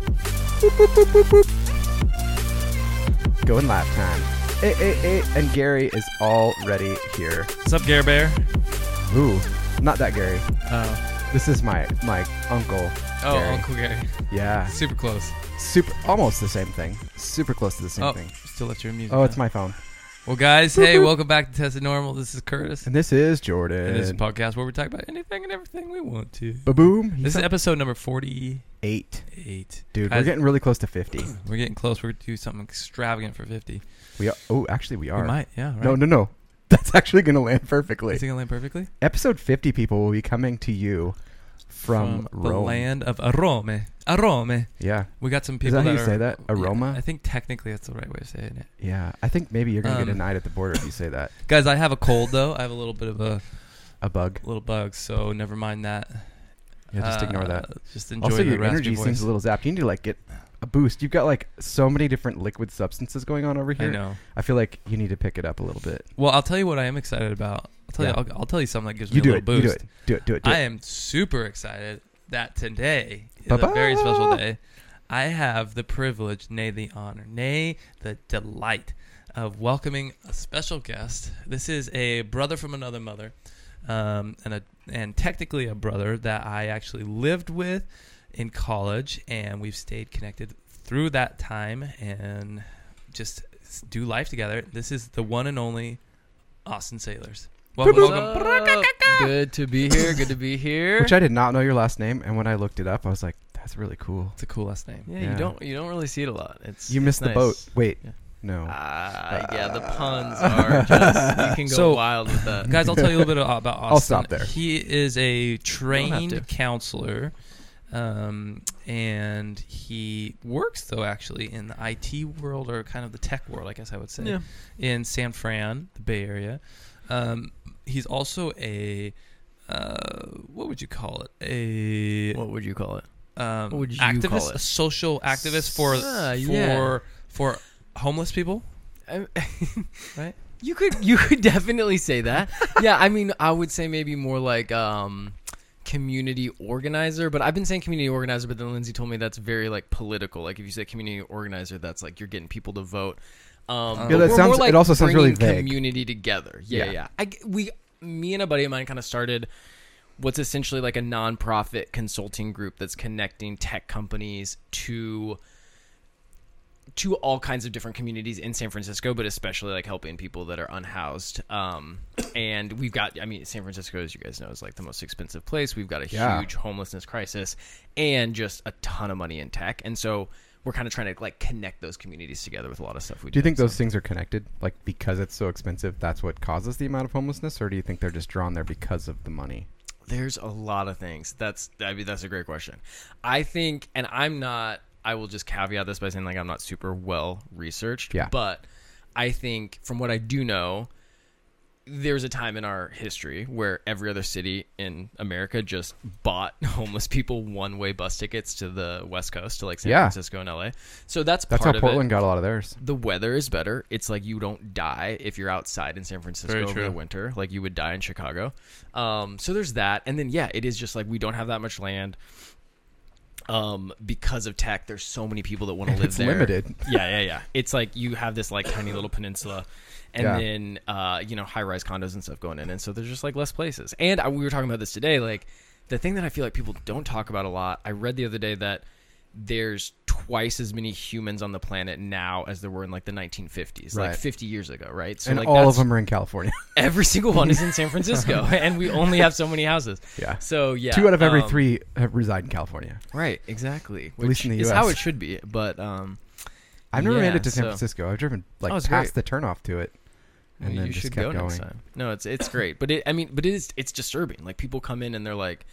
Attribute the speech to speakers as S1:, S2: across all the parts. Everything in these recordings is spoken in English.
S1: Boop, boop, boop, boop, boop. Going lap time. Eh, eh, eh, and Gary is already here.
S2: What's up, Gare Bear?
S1: Ooh, not that Gary.
S2: Oh,
S1: This is my my uncle.
S2: oh,
S1: Uh, Gary.
S2: Uncle Gary.
S1: Yeah,
S2: Super close.
S1: super, almost the same thing. Super close to the same
S2: Oh,
S1: thing.
S2: still let your music.
S1: Oh, it's
S2: down.
S1: my phone.
S2: Well, guys, hey, welcome back to Tested Normal. This is Curtis.
S1: And this is Jordan.
S2: And this is a podcast where we talk about anything and everything we want to.
S1: Ba boom.
S2: This is episode number forty-eight.
S1: eight. Dude, we're
S2: Guys-
S1: getting really close to 50.
S2: We're getting close. We're gonna do something extravagant for fifty.
S1: We are, oh, actually, we are.
S2: We might, yeah. Right.
S1: No, no, no. That's actually going to land perfectly.
S2: Is it gonna land perfectly?
S1: Episode 50, people, will be coming to you from,
S2: the
S1: Rome.
S2: land of Arome. Arome.
S1: Yeah,
S2: We got some people.
S1: Is that how you
S2: are-
S1: say that?
S2: Yeah,
S1: Aroma?
S2: I think technically that's the right way of saying it.
S1: yeah. I think maybe you're going to get
S2: Um,
S1: denied at the border if you say that.
S2: Guys, I have a cold though. I have a little bit of a
S1: A bug.
S2: little bug, so never mind that.
S1: Yeah, just ignore
S2: Uh,
S1: that.
S2: Just enjoy
S1: Also,
S2: the
S1: your
S2: raspy
S1: energy
S2: voice.
S1: seems a little zapped. You need to, like, get a boost. You've got, like, so many different liquid substances going on over
S2: I
S1: here.
S2: know.
S1: I feel like you need to pick it up a little bit.
S2: Well, I'll tell you what I am excited about. I'll tell
S1: Yeah.
S2: you. I'll, I'll tell you something that gives
S1: You
S2: me
S1: do
S2: a
S1: it.
S2: little
S1: You do
S2: boost.
S1: it. Do it. Do it. Do
S2: I
S1: it.
S2: am super excited that today is
S1: Ba-ba.
S2: a very special day. I have the privilege, nay, the honor, nay, the delight of welcoming a special guest. This is a brother from another mother, um, and a and technically a brother that I actually lived with in college, and we've stayed connected through that time and just s- do life together. This is the one and only Austin Sailors. Welcome, welcome.
S3: Good to be here. Good to be here.
S1: Which I did not know your last name, and when I looked it up, I was like, "That's really cool."
S2: It's a cool last name.
S3: yeah,
S1: Yeah.
S3: you don't you don't really see it a lot. It's
S1: You
S3: it's
S1: missed the
S3: nice.
S1: boat. Oh. Wait,
S3: Yeah.
S1: no.
S3: Ah, yeah, the
S1: Ah.
S3: puns are just you can go
S2: So-
S3: wild with that.
S2: Guys, I'll tell you a little bit about Austin.
S1: stop there.
S2: He is a trained
S3: to.
S2: counselor, um, and he works though actually in the IT world or kind of the tech world, I guess I would say,
S3: Yeah.
S2: in San Fran, the Bay Area. Um, he's also a uh, what would you call it? A
S3: What would you call it?
S2: um,
S3: what would you
S2: activist,
S3: call it?
S2: a social activist for
S3: Ah,
S2: for
S3: yeah.
S2: for homeless people.
S3: I'm-
S2: Right?
S3: You could you could definitely say that. yeah, I mean, I would say maybe more like um community organizer, but I've been saying community organizer, but then Lindsay told me that's very like political. Like if you say community organizer, that's like you're getting people to vote. Um,
S2: Yeah, that
S3: but we're more
S1: Oh. sounds-
S3: like
S1: it also sounds really
S3: bringing
S1: vague.
S3: Community together. Yeah,
S1: Yeah.
S3: yeah. I g we, me and a buddy of mine, kind of started what's essentially like a nonprofit consulting group that's connecting tech companies to to all kinds of different communities in San Francisco, but especially like helping people that are unhoused. Um, and we've got, I mean, San Francisco, as you guys know, is like the most expensive place. We've got a
S1: Yeah.
S3: huge homelessness crisis and just a ton of money in tech. And so we're kind of trying to like connect those communities together with a lot of stuff we do.
S1: Do you think
S3: so.
S1: those things are connected? Like because it's so expensive, that's what causes the amount of homelessness, or do you think they're just drawn there because of the money?
S3: There's a lot of things. That's I mean that's a great question. I think, and I'm not. I will just caveat this by saying like I'm not super well researched.
S1: Yeah.
S3: But I think from what I do know, there's a time in our history where every other city in America just bought homeless people one way bus tickets to the West Coast to like San
S1: Yeah.
S3: Francisco and LA. So that's
S1: That's
S3: part
S1: how
S3: of
S1: Portland
S3: It.
S1: got a lot of theirs.
S3: The weather is better. It's like you don't die if you're outside in San Francisco
S2: Very
S3: over
S2: true.
S3: the winter, like you would die in Chicago. Um, so there's that, and then yeah, it is just like we don't have that much land. Um, because of tech, there's so many people that want to live
S1: It's
S3: there.
S1: limited.
S3: Yeah, yeah, yeah. It's like you have this like tiny little peninsula, and
S1: Yeah.
S3: then uh, you know high rise condos and stuff going in, and so there's just like less places. And I, we were talking about this today, like the thing that I feel like people don't talk about a lot. I read the other day that there's twice as many humans on the planet now as there were in like the 1950s,
S1: Right.
S3: like 50 years ago, right? So
S1: and
S3: like
S1: all of
S3: that's-
S1: them are in California.
S3: every single one is in San Francisco, and we only have so many houses.
S1: yeah.
S3: So yeah,
S1: Two out of every
S3: um,
S1: three have reside in California.
S3: Right, exactly. Which
S1: least in the
S3: is how
S1: US.
S3: it should be, but um,
S1: I've never made
S3: yeah,
S1: it to San
S3: so-
S1: Francisco. I've driven like
S3: Oh, it's
S1: past the turnoff to it, and
S3: Well,
S1: then
S3: you
S1: just
S3: should
S1: kept
S3: go
S1: going.
S3: next time. No, it's it's great, but it, I mean, but it is it's disturbing. Like people come in and they're like,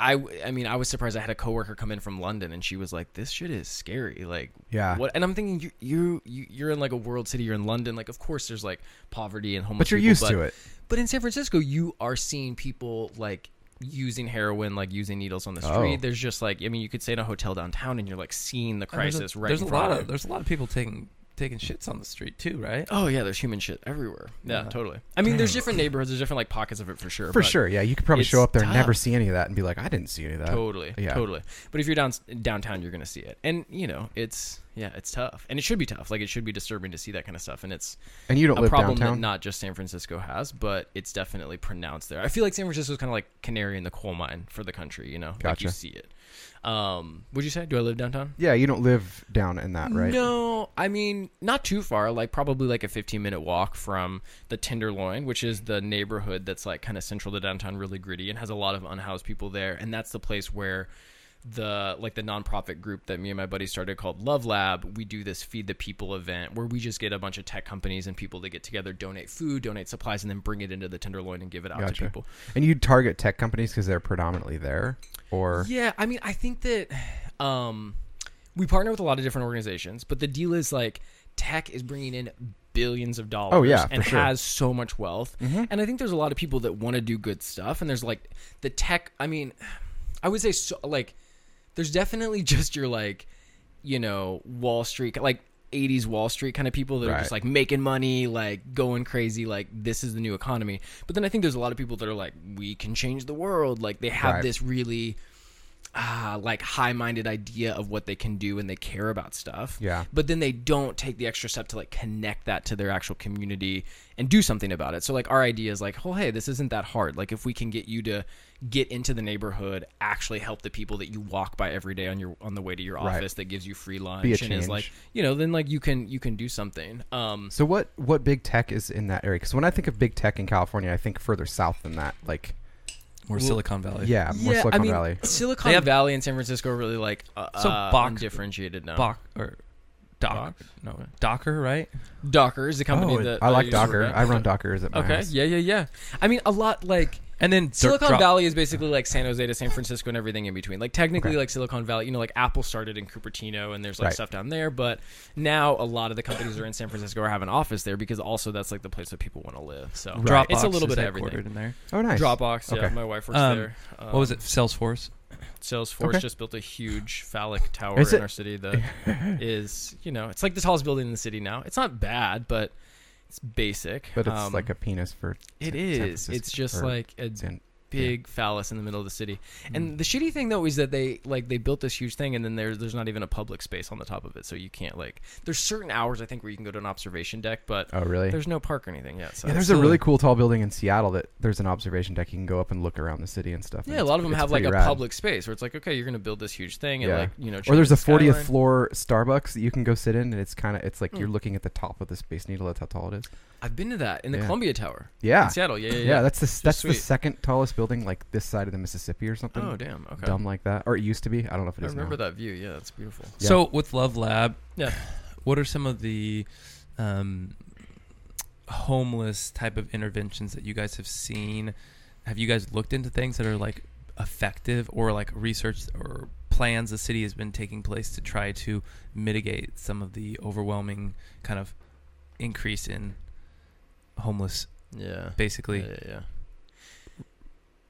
S3: I I mean, I was surprised. I had a coworker come in from London and she was like, "This shit is scary." Like,
S1: Yeah.
S3: what? And I'm thinking, you you you- you're in like a world city. You're in London. Like, of course, there's like poverty and homeless.
S1: But you're
S3: people,
S1: used
S3: but,
S1: to it.
S3: But in San Francisco, you are seeing people like using heroin, like using needles on the street.
S1: Oh.
S3: There's just like, I mean, you could stay in a hotel downtown and you're like seeing the
S2: And there's a-
S3: crisis right
S2: There's
S3: in
S2: a
S3: front
S2: lot
S3: of
S2: of there's a lot of people taking taking shits on the street too, right?
S3: Oh yeah, there's human shit everywhere. Yeah,
S2: Yeah.
S3: totally. I mean, there's different neighborhoods. There's different like pockets of it for sure.
S1: For
S3: but-
S1: sure, yeah. You could probably
S3: it's
S1: show up there and never
S3: tough.
S1: see any of that and be like, I didn't see any of that.
S3: Totally.
S1: yeah.
S3: Totally. But if you're down downtown, you're gonna see it, and you know it's yeah, it's tough, and it should be tough. Like it should be disturbing to see that kind of stuff, and it's
S1: And you don't
S3: a
S1: live
S3: problem
S1: downtown.
S3: that not just San Francisco has, but it's definitely pronounced there. I feel like San Francisco is kind of like canary in the coal mine for the country. You know, like you
S1: Gotcha.
S3: see it. Um, would you say? Do I live downtown?
S1: yeah, you don't live down in that, right?
S3: No, I mean not too far. Like probably like a 15 minute walk from the Tenderloin, which is the neighborhood that's like kind of central to downtown, really gritty, and has a lot of unhoused people there. And that's the place where the like the nonprofit group that me and my buddy started called Love Lab, we do this feed the people event where we just get a bunch of tech companies and people to get together, donate food, donate supplies, and then bring it into the Tenderloin and give it out to
S1: Gotcha.
S3: people.
S1: And you target tech companies because they're predominantly there, or
S3: Yeah, I mean, I think that um, we partner with a lot of different organizations, but the deal is like tech is bringing in billions of dollars
S1: Oh, yeah,
S3: and
S1: for sure. Mm-hmm.
S3: has so much wealth. And I think there's a lot of people that want to do good stuff and there's like the tech, I mean, I would say so, like there's definitely just your like, you know, Wall Street like 80s Wall Street kind of people that are just
S1: Right.
S3: like making money, like going crazy, like this is the new economy. But then I think there's a lot of people that are like we can change the world, like they have
S1: Right.
S3: this really ah, like high-minded idea of what they can do and they care about stuff.
S1: Yeah.
S3: But then they don't take the extra step to like connect that to their actual community and do something about it. So like our idea is like, "Oh, hey, this isn't that hard. Like if we can get you to get into the neighborhood, actually help the people that you walk by every day on your on the way to your
S1: Right.
S3: office that gives you free lunch
S1: a
S3: and is like,
S1: change.
S3: you know, then like you can you can do something." Um
S1: So what what big tech is in that area? Because when I think of big tech in California, I think further south than that. Like
S2: More Silicon Valley.
S1: yeah, Uh, more
S3: yeah,
S1: Silicon
S3: I mean,
S1: Valley.
S3: Silicon
S2: They have-
S3: Valley and San Francisco are really like uh,
S2: So
S3: uh,
S2: Bach-
S3: undifferentiated now.
S2: Bach or Doc? No, Docker, right?
S3: Docker is the company
S1: Oh,
S3: that
S1: I like
S3: use to
S1: Docker.
S3: run.
S1: I run Dockers at my
S3: Okay.
S1: house.
S3: Yeah, yeah, yeah. I mean, a lot like
S2: And then
S3: Silicon
S2: Dro-
S3: Valley is basically like San Jose to San Francisco and everything in between. Like technically,
S1: Okay.
S3: like Silicon Valley, you know, like Apple started in Cupertino and there's like
S1: Right.
S3: stuff down there, but now a lot of the companies that are in San Francisco or have an office there because also that's like the place that people want to live. So
S2: Dropbox
S3: it's a little
S2: is
S3: bit of
S2: headquartered
S3: everything.
S2: in there.
S1: Oh, nice.
S3: Dropbox, yeah,
S1: Okay.
S3: my wife works
S2: Um,
S3: there. Um,
S2: what was it? Salesforce.
S3: Salesforce
S1: Okay.
S3: just built a huge phallic tower
S1: Is
S3: in
S1: it-
S3: our city that is, you know, it's like the tallest building in the city now. It's not bad, but it's basic.
S1: But it's
S3: Um,
S1: like a penis for
S3: it
S1: San
S3: is. It's
S1: Francisco-
S3: just
S1: or
S3: like a
S1: San- Mm.
S3: big phallus in the middle of the city. And the shitty thing though is that they like they built this huge thing and then there's there's not even a public space on the top of it, so you can't like there's certain hours I think where you can go to an observation deck, but
S1: Oh really?
S3: there's no park or anything yet. So
S1: yeah, there's a
S3: it's still-
S1: really cool tall building in Seattle that there's an observation deck you can go up and look around the city and stuff. and
S3: yeah, a
S1: it's-
S3: lot of them
S1: it's
S3: have like
S1: pretty
S3: a
S1: rad.
S3: public space where it's like okay, you're gonna build this huge thing and
S1: Yeah.
S3: like you know
S1: Or there's a 40th floor
S3: floor.
S1: Starbucks that you can go sit in, and it's kind of it's like
S3: Hmm.
S1: you're looking at the top of the Space Needle. That's how tall it is.
S3: I've been to that in the
S1: Yeah.
S3: Columbia Tower.
S1: Yeah.
S3: in Seattle. Yeah, yeah,
S1: Yeah,
S3: yeah.
S1: that's the that's
S3: sweet.
S1: the second tallest building, like this side of the Mississippi or something.
S3: oh damn. Okay,
S1: Dumb like that, or it used to be. I don't know if it
S3: I
S1: is
S3: remember
S1: now.
S3: that view. Yeah, that's beautiful.
S1: Yeah.
S2: So with Love Lab,
S3: Yeah.
S2: what are some of the um, homeless type of interventions that you guys have seen? Have you guys looked into things that are like effective or like research or plans the city has been taking place to try to mitigate some of the overwhelming kind of increase in homeless
S3: Yeah,
S2: basically
S3: yeah, yeah.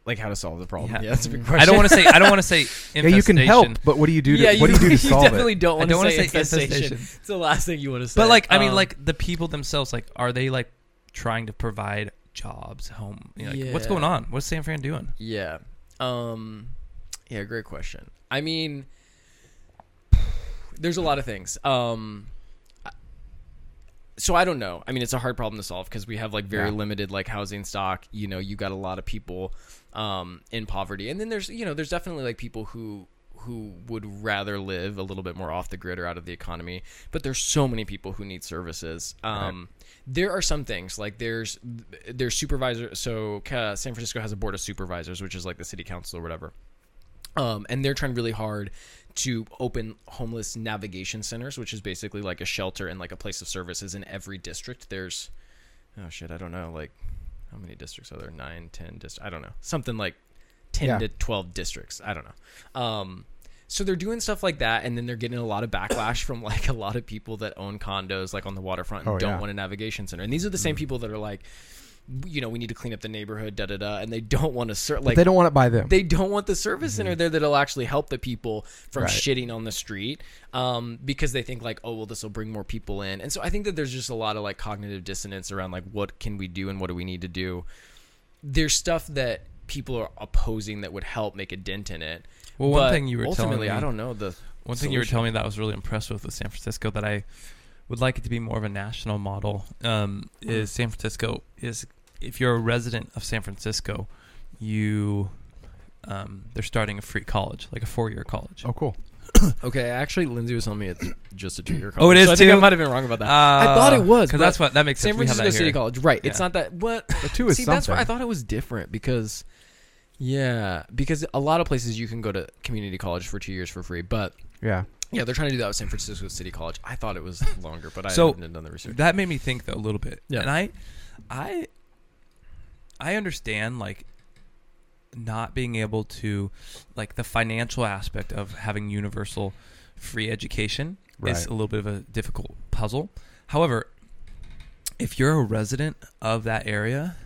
S3: Like how to solve the problem.
S2: Yeah.
S3: Yeah, that's a
S1: Mm.
S3: big question.
S2: i don't want to say i don't want to say
S1: Yeah, you can help,
S2: infestation.
S1: but what do you do? To,
S3: yeah,
S1: what do you do to solve
S3: definitely
S1: it?
S2: I
S3: don't want
S2: don't
S3: to
S2: wanna
S3: say,
S2: say
S3: infestation.
S2: infestation.
S3: It's the last thing you want to say.
S2: But like, I mean,
S3: Um,
S2: like the people themselves, like, are they like trying to provide jobs, home? You know, like, What's
S3: Yeah.
S2: going on? What's San Fran doing?
S3: yeah, um, yeah, great question. I mean, there's a lot of things. Um, I- so I don't know. I mean, it's a hard problem to solve because we have like very
S1: Yeah.
S3: limited like housing stock. You know, you got a lot of people um, in poverty, and then there's you know there's definitely like people who who would rather live a little bit more off the grid or out of the economy. But there's so many people who need services. Um, There are some things like there's there's supervisor. So uh, San Francisco has a board of supervisors, which is like the city council or whatever um, and they're trying really hard to open homeless navigation centers, which is basically like a shelter and like a place of services in every district. There's, oh shit, I don't know, like how many districts are there? Nine, ten districts? I don't know, something like ten
S1: Yeah.
S3: to twelve districts. I don't know. Um, so they're doing stuff like that, and then they're getting a lot of backlash from like a lot of people that own condos like on the waterfront and
S1: Oh,
S3: don't
S1: yeah. Mm.
S3: want a navigation center. And these are the same people that are like, you know, we need to clean up the neighborhood, da da da, and they don't want to serve
S1: But
S3: like
S1: they don't want it by them.
S3: they don't want the service center
S2: Mm-hmm.
S3: there that'll actually help the people from
S1: Right.
S3: shitting on the street um, because they think like oh well this will bring more people in and so i think that there's just a lot of like cognitive dissonance around like what can we do and what do we need to do there's stuff that people are opposing that would help make a dent in it
S2: Well, one
S3: But
S2: thing you were telling
S3: ultimately
S2: me-
S3: i don't know the
S2: One thing you were
S3: solution.
S2: telling me that I was really impressed with with San Francisco that I would like it to be more of a national model um,
S3: Uh-huh.
S2: is San Francisco is if you're a resident of San Francisco, you um, they're starting a free college, like a four year college.
S1: oh, cool.
S3: okay actually lindsay was telling me it's just a two-year
S2: Oh, it
S3: college,
S2: is
S3: so i think i
S2: too? Ah,
S3: might have been wrong about that i thought it was
S2: because
S3: but-
S2: Uh, that's what that makes
S3: San
S2: sense. We have
S3: Francisco
S2: that
S3: City
S2: here.
S3: College, right? It's
S2: Yeah.
S3: not that. What?
S1: The two is
S3: See,
S1: something.
S3: that's why I thought it was different because, yeah, because a lot of places you can go to community college for two years for free, but
S1: yeah.
S3: yeah, they're trying to do that with San Francisco City College. I thought it was longer, but I
S2: So,
S3: haven't done the research.
S2: That made me think though, a little bit.
S3: Yeah.
S2: And I, I, I understand like not being able to, like the financial aspect of having universal free education
S1: Right.
S2: is a little bit of a difficult puzzle. However, if you're a resident of that area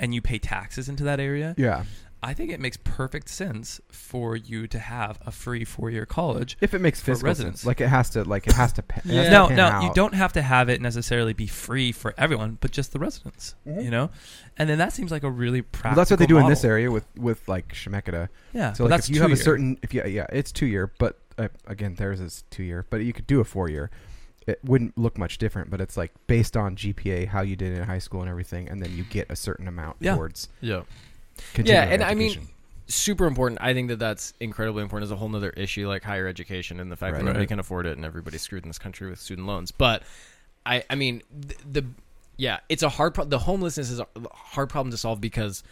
S2: and you pay taxes into that area,
S1: Yeah.
S2: I think it makes perfect sense for you to have a free four-year college
S1: If it makes
S2: For
S1: fiscal sense,
S2: residents.
S1: like it has to, like it has to. pa- it has
S3: Yeah.
S1: to
S2: No,
S1: pan
S2: no,
S1: out.
S2: you don't have to have it necessarily be free for everyone, but just the residents, you know. And then that seems like a really practical.
S1: Mm-hmm. Well, that's what they do in this
S2: model.
S1: area with with like Shemeketa.
S2: Yeah,
S1: So
S2: but
S1: like
S2: that's
S1: if you have a
S2: two-year.
S1: certain if you yeah it's two year, but uh, again theirs is two year, but you could do a four year. It wouldn't look much different, but it's like based on GPA, how you did in high school and everything, and then you get a certain amount
S2: Yeah.
S1: towards
S3: yeah,
S1: continuing
S3: and I mean-
S1: education.
S3: super important. I think that that's incredibly important. Is a whole nother issue, like higher education and the fact
S1: Right.
S3: that nobody
S2: Right.
S3: can afford it, and everybody's screwed in this country with student loans. But I, I mean, the, the yeah, it's a hard. Pro- the homelessness is a hard problem to solve because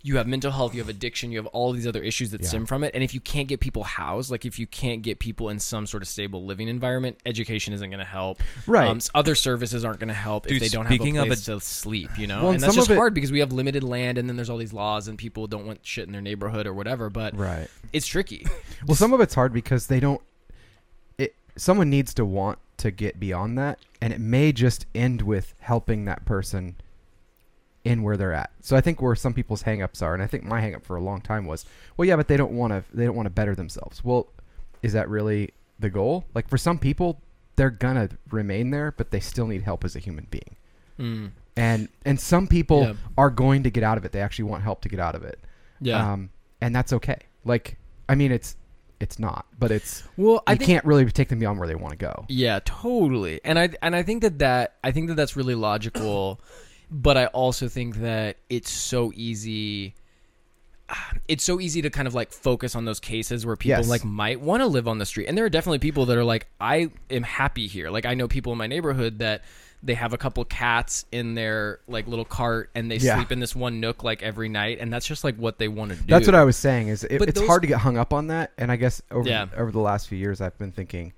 S3: you have mental health, you have addiction, you have all these other issues that
S1: Yeah.
S3: stem from it. And if you can't get people housed, like if you can't get people in some sort of stable living environment, education isn't going to help.
S1: Right.
S3: Um, s- other services aren't going to help if
S2: Dude,
S3: they don't have a
S2: speaking of
S3: place
S2: ad-
S3: to sleep. You know,
S1: Well,
S3: and
S1: and
S3: that's
S1: some
S3: just
S1: of it-
S3: hard because we have limited land, and then there's all these laws, and people don't want shit in their neighborhood or whatever. But
S1: right.
S3: it's tricky.
S1: Well, some of it's hard because they don't. It someone needs to want to get beyond that, and it may just end with helping that person in where they're at. So I think where some people's hangups are, and I think my hangup for a long time was, well, yeah, but they don't want to. They don't want to better themselves. Well, is that really the goal? Like for some people, they're gonna remain there, but they still need help as a human being.
S3: Mm.
S1: And and some people
S3: Yeah.
S1: are going to get out of it. They actually want help to get out of it.
S3: Yeah.
S1: Um, and that's okay. Like, I mean, it's it's not, but it's
S3: well, I
S1: you
S3: think
S1: can't really take them beyond where they want to go.
S3: Yeah, totally. And I and I think that that I think that that's really logical, but I also think that it's so easy. ah, It's so easy to kind of like focus on those cases where people
S1: Yes.
S3: like might want to live on the street, and there are definitely people that are like, I am happy here. Like I know people in my neighborhood that they have a couple cats in their like little cart and they
S1: Yeah.
S3: sleep in this one nook like every night, and that's just like what they want to do.
S1: That's what I was saying. Is it,
S3: But
S1: it's
S3: those-
S1: hard to get hung up on that, and I guess over
S3: Yeah.
S1: over the last few years, I've been thinking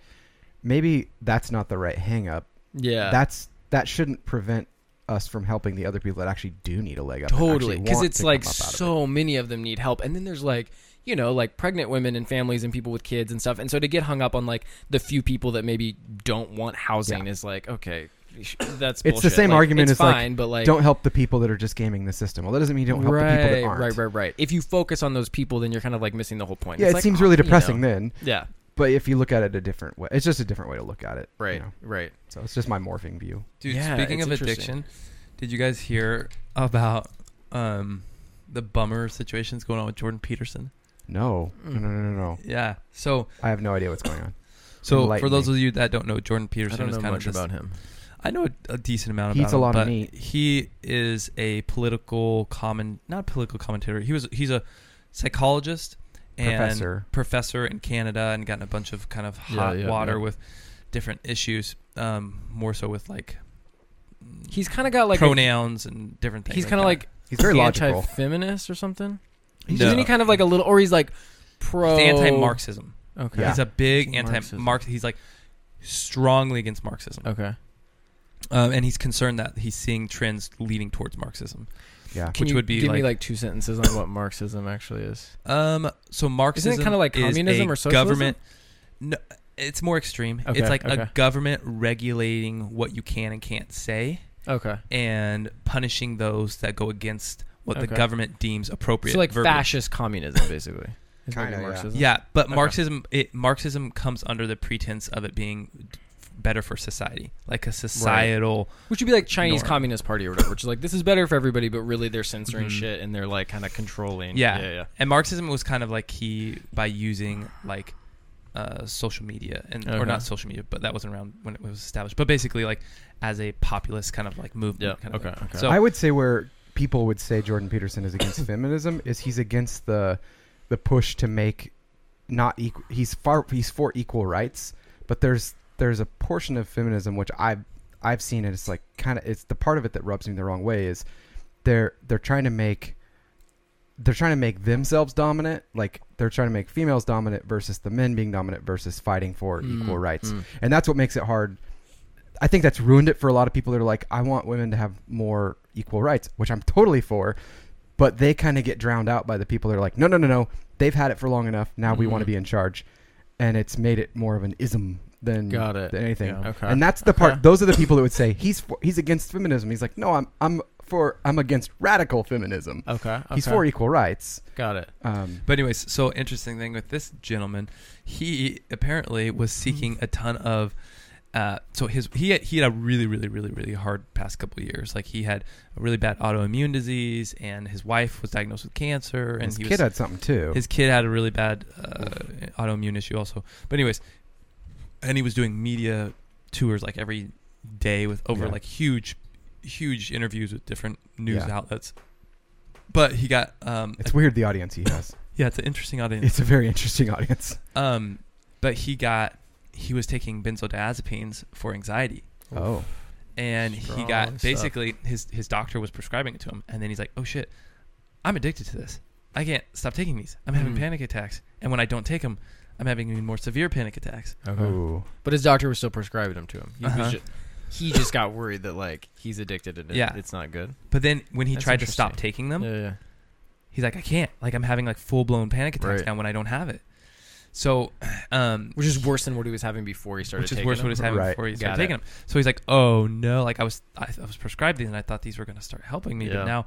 S1: maybe that's not the right hang up.
S3: yeah
S1: That's that shouldn't prevent us from helping the other people that actually do need a leg up. and actually
S3: totally because
S1: want
S3: it's
S1: to
S3: like
S1: come up out of it.
S3: so many of them need help and then there's like you know like pregnant women and families and people with kids and stuff and so to get hung up on like the few people that maybe don't want housing is like okay that's
S1: It's the
S3: bullshit.
S1: same
S3: Like,
S1: argument
S3: it's
S1: as, like,
S3: fine but like
S1: don't help the people that are just gaming the system. Well, that doesn't mean you don't help
S3: right,
S1: the people that aren't.
S3: right right right if you focus on those people then you're kind of like missing the whole point
S1: Yeah,
S3: It's
S1: it
S3: like,
S1: seems
S3: oh,
S1: really
S3: you know.
S1: depressing then,
S3: yeah
S1: but if you look at it a different way, it's just a different way to look at it. you
S3: right
S1: know?
S3: right
S1: So it's just my morphing view.
S2: Dude,
S3: Yeah,
S2: speaking
S3: it's
S2: of
S3: interesting.
S2: addiction, did you guys hear about um, the bummer situations going on with Jordan Peterson?
S1: No, no, no, no, no, no.
S2: Yeah. So,
S1: I have no idea what's going on.
S2: so
S1: Oh. Enlighten
S2: for those
S1: me.
S2: of you that don't know, Jordan
S3: I
S2: Peterson
S3: don't
S2: is
S3: know
S2: kind
S3: much
S2: of this,
S3: about him.
S2: I know a, a decent amount
S1: He
S2: about
S1: eats a
S2: him,
S1: lot of
S2: but
S1: meat.
S2: He is a political common, not political commentator. He was he's a psychologist and
S1: Professor.
S2: professor in Canada and gotten a bunch of kind of
S3: Yeah,
S2: hot
S3: yeah,
S2: water
S3: yeah.
S2: with different issues, um, more so with like
S3: He's kind of got like a-
S2: pronouns and different things.
S3: he's kind of
S2: that.
S3: like
S1: He's very logical.
S3: anti-feminist or something.
S2: He's
S3: Isn't
S2: just-
S3: he kind of like a little, or he's like pro
S2: He's anti-Marxism.
S3: Okay,
S1: Yeah.
S2: He's a big
S3: He's Marxism.
S2: anti-Marx. He's like strongly against Marxism,
S3: okay.
S2: um, and he's concerned that he's seeing trends leading towards Marxism.
S1: Yeah.
S3: Can
S2: which
S3: you
S2: would be
S3: give me
S2: like-
S3: like two sentences on what Marxism actually is?
S2: Um, so Marxism
S3: kinda like
S2: is
S3: communism
S2: a
S3: or socialism?
S2: Government. No, it's more extreme.
S3: Okay,
S2: it's like
S3: okay.
S2: a government regulating what you can and can't say,
S3: Okay.
S2: and punishing those that go against what the
S3: Okay.
S2: government deems appropriate.
S3: So like
S2: verbiage.
S3: fascist communism, basically. Is
S1: Kinda,
S3: like
S1: yeah.
S3: Marxism.
S2: Yeah, but
S3: Okay.
S2: Marxism it Marxism comes under the pretense of it being d- better for society, like a societal.
S3: Which would be like Chinese
S2: Norm.
S3: Communist Party or whatever, which is like this is better for everybody, but really they're censoring
S2: Mhm.
S3: shit and they're like kind of controlling.
S2: Yeah.
S3: yeah, yeah.
S2: And Marxism was kind of like he by using like uh, social media and or
S3: Okay.
S2: not social media, but that wasn't around when it was established. But basically, like as a populist kind of like movement.
S3: Yeah,
S2: Kind of
S3: okay,
S2: thing.
S3: okay.
S2: So
S1: I would say where people would say Jordan Peterson is against feminism is he's against the the push to make not equal. He's far he's for equal rights, but there's there's a portion of feminism which I've I've seen and it's like kind of it's the part of it that rubs me the wrong way is they're they're trying to make they're trying to make themselves dominant like they're trying to make females dominant versus the men being dominant versus fighting for
S2: Mm,
S1: equal rights
S3: mm.
S1: and that's what makes it hard i think that's ruined it for a lot of people that are like i want women to have more equal rights which i'm totally for but they kind of get drowned out by the people that are like no no no no they've had it for long enough now we want to
S3: Mhm.
S1: be in charge and it's made it more of an ism than
S3: Got it.
S1: than anything
S3: Yeah. Okay.
S1: and that's the
S3: Okay.
S1: part those are the people that would say he's for, he's against feminism he's like no i'm i'm for i'm against radical feminism
S3: Okay, okay.
S1: he's for equal rights
S3: Got it.
S1: um
S2: But anyways, so interesting thing with this gentleman, he apparently was
S1: Hmm.
S2: seeking a ton of. Uh, so his he had, he had a really really really really hard past couple years. Like he had a really bad autoimmune disease, and his wife was diagnosed with cancer, and
S1: his
S2: he
S1: kid
S2: was,
S1: had something too
S2: his kid had a really bad uh, autoimmune issue also. But anyways, and he was doing media tours like every day with over
S1: Yeah.
S2: like huge huge interviews with different news
S1: Yeah.
S2: outlets. But he got um
S1: it's weird the audience he has
S2: yeah, it's an interesting audience.
S1: it's a very interesting audience
S2: Um, but he got he was taking benzodiazepines for anxiety,
S1: oh
S2: and he
S3: Strong
S2: got
S3: stuff.
S2: basically his his doctor was prescribing it to him, and then he's like, "Oh shit, I'm addicted to this. I can't stop taking these. I'm having
S3: Mm.
S2: panic attacks, and when I don't take them, I'm having even more severe panic attacks."
S3: Okay.
S1: Ooh.
S3: But his doctor was still prescribing them to him. He, was
S2: Uh-huh.
S3: ju- he just got worried that like he's addicted and it,
S2: Yeah.
S3: it's not good.
S2: But then when he
S3: That's
S2: tried to stop
S3: interesting.
S2: taking them,
S3: yeah, yeah.
S2: he's like, "I can't. Like I'm having like full blown panic attacks
S3: Right.
S2: now when I don't have it." So, um,
S3: Which is worse than what he was having before he started.
S2: which is
S3: taking
S2: worse
S3: them.
S2: what he's having
S1: Right.
S2: before he started
S3: Got
S2: taking them. So he's like, oh no, like I was I, I was prescribed these and I thought these were going to start helping me,
S3: Yeah.
S2: but now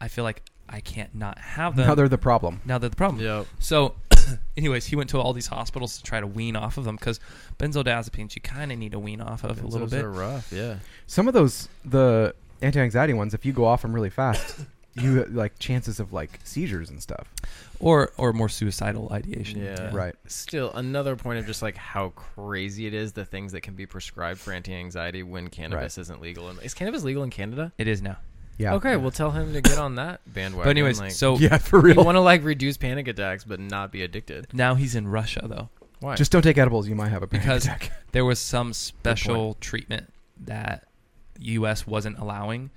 S2: I feel like I can't not have them.
S1: now they're the problem
S2: now they're the problem.
S3: Yep.
S2: So, anyways, he went to all these hospitals to try to wean off of them because benzodiazepines you kind of need to wean off of a little
S3: Benzos
S2: bit.
S3: Are rough. Yeah.
S1: some of those the anti-anxiety ones if you go off them really fast you like chances of like seizures and stuff
S2: or or more suicidal ideation.
S3: Yeah.
S1: right
S3: Still, another point of just like how crazy it is the things that can be prescribed for anti-anxiety when cannabis isn't legal. And is cannabis legal in Canada?
S2: It is now.
S1: yeah
S3: Okay, well tell him to get on that bandwagon.
S2: but anyways,
S3: like,
S2: so
S1: yeah for
S3: you
S1: real
S3: want to like reduce panic attacks but not be addicted.
S2: now he's in Russia though.
S3: Why?
S1: just don't take edibles you might have a panic
S2: Because-
S1: attack
S2: there was some special treatment that U.S. wasn't allowing,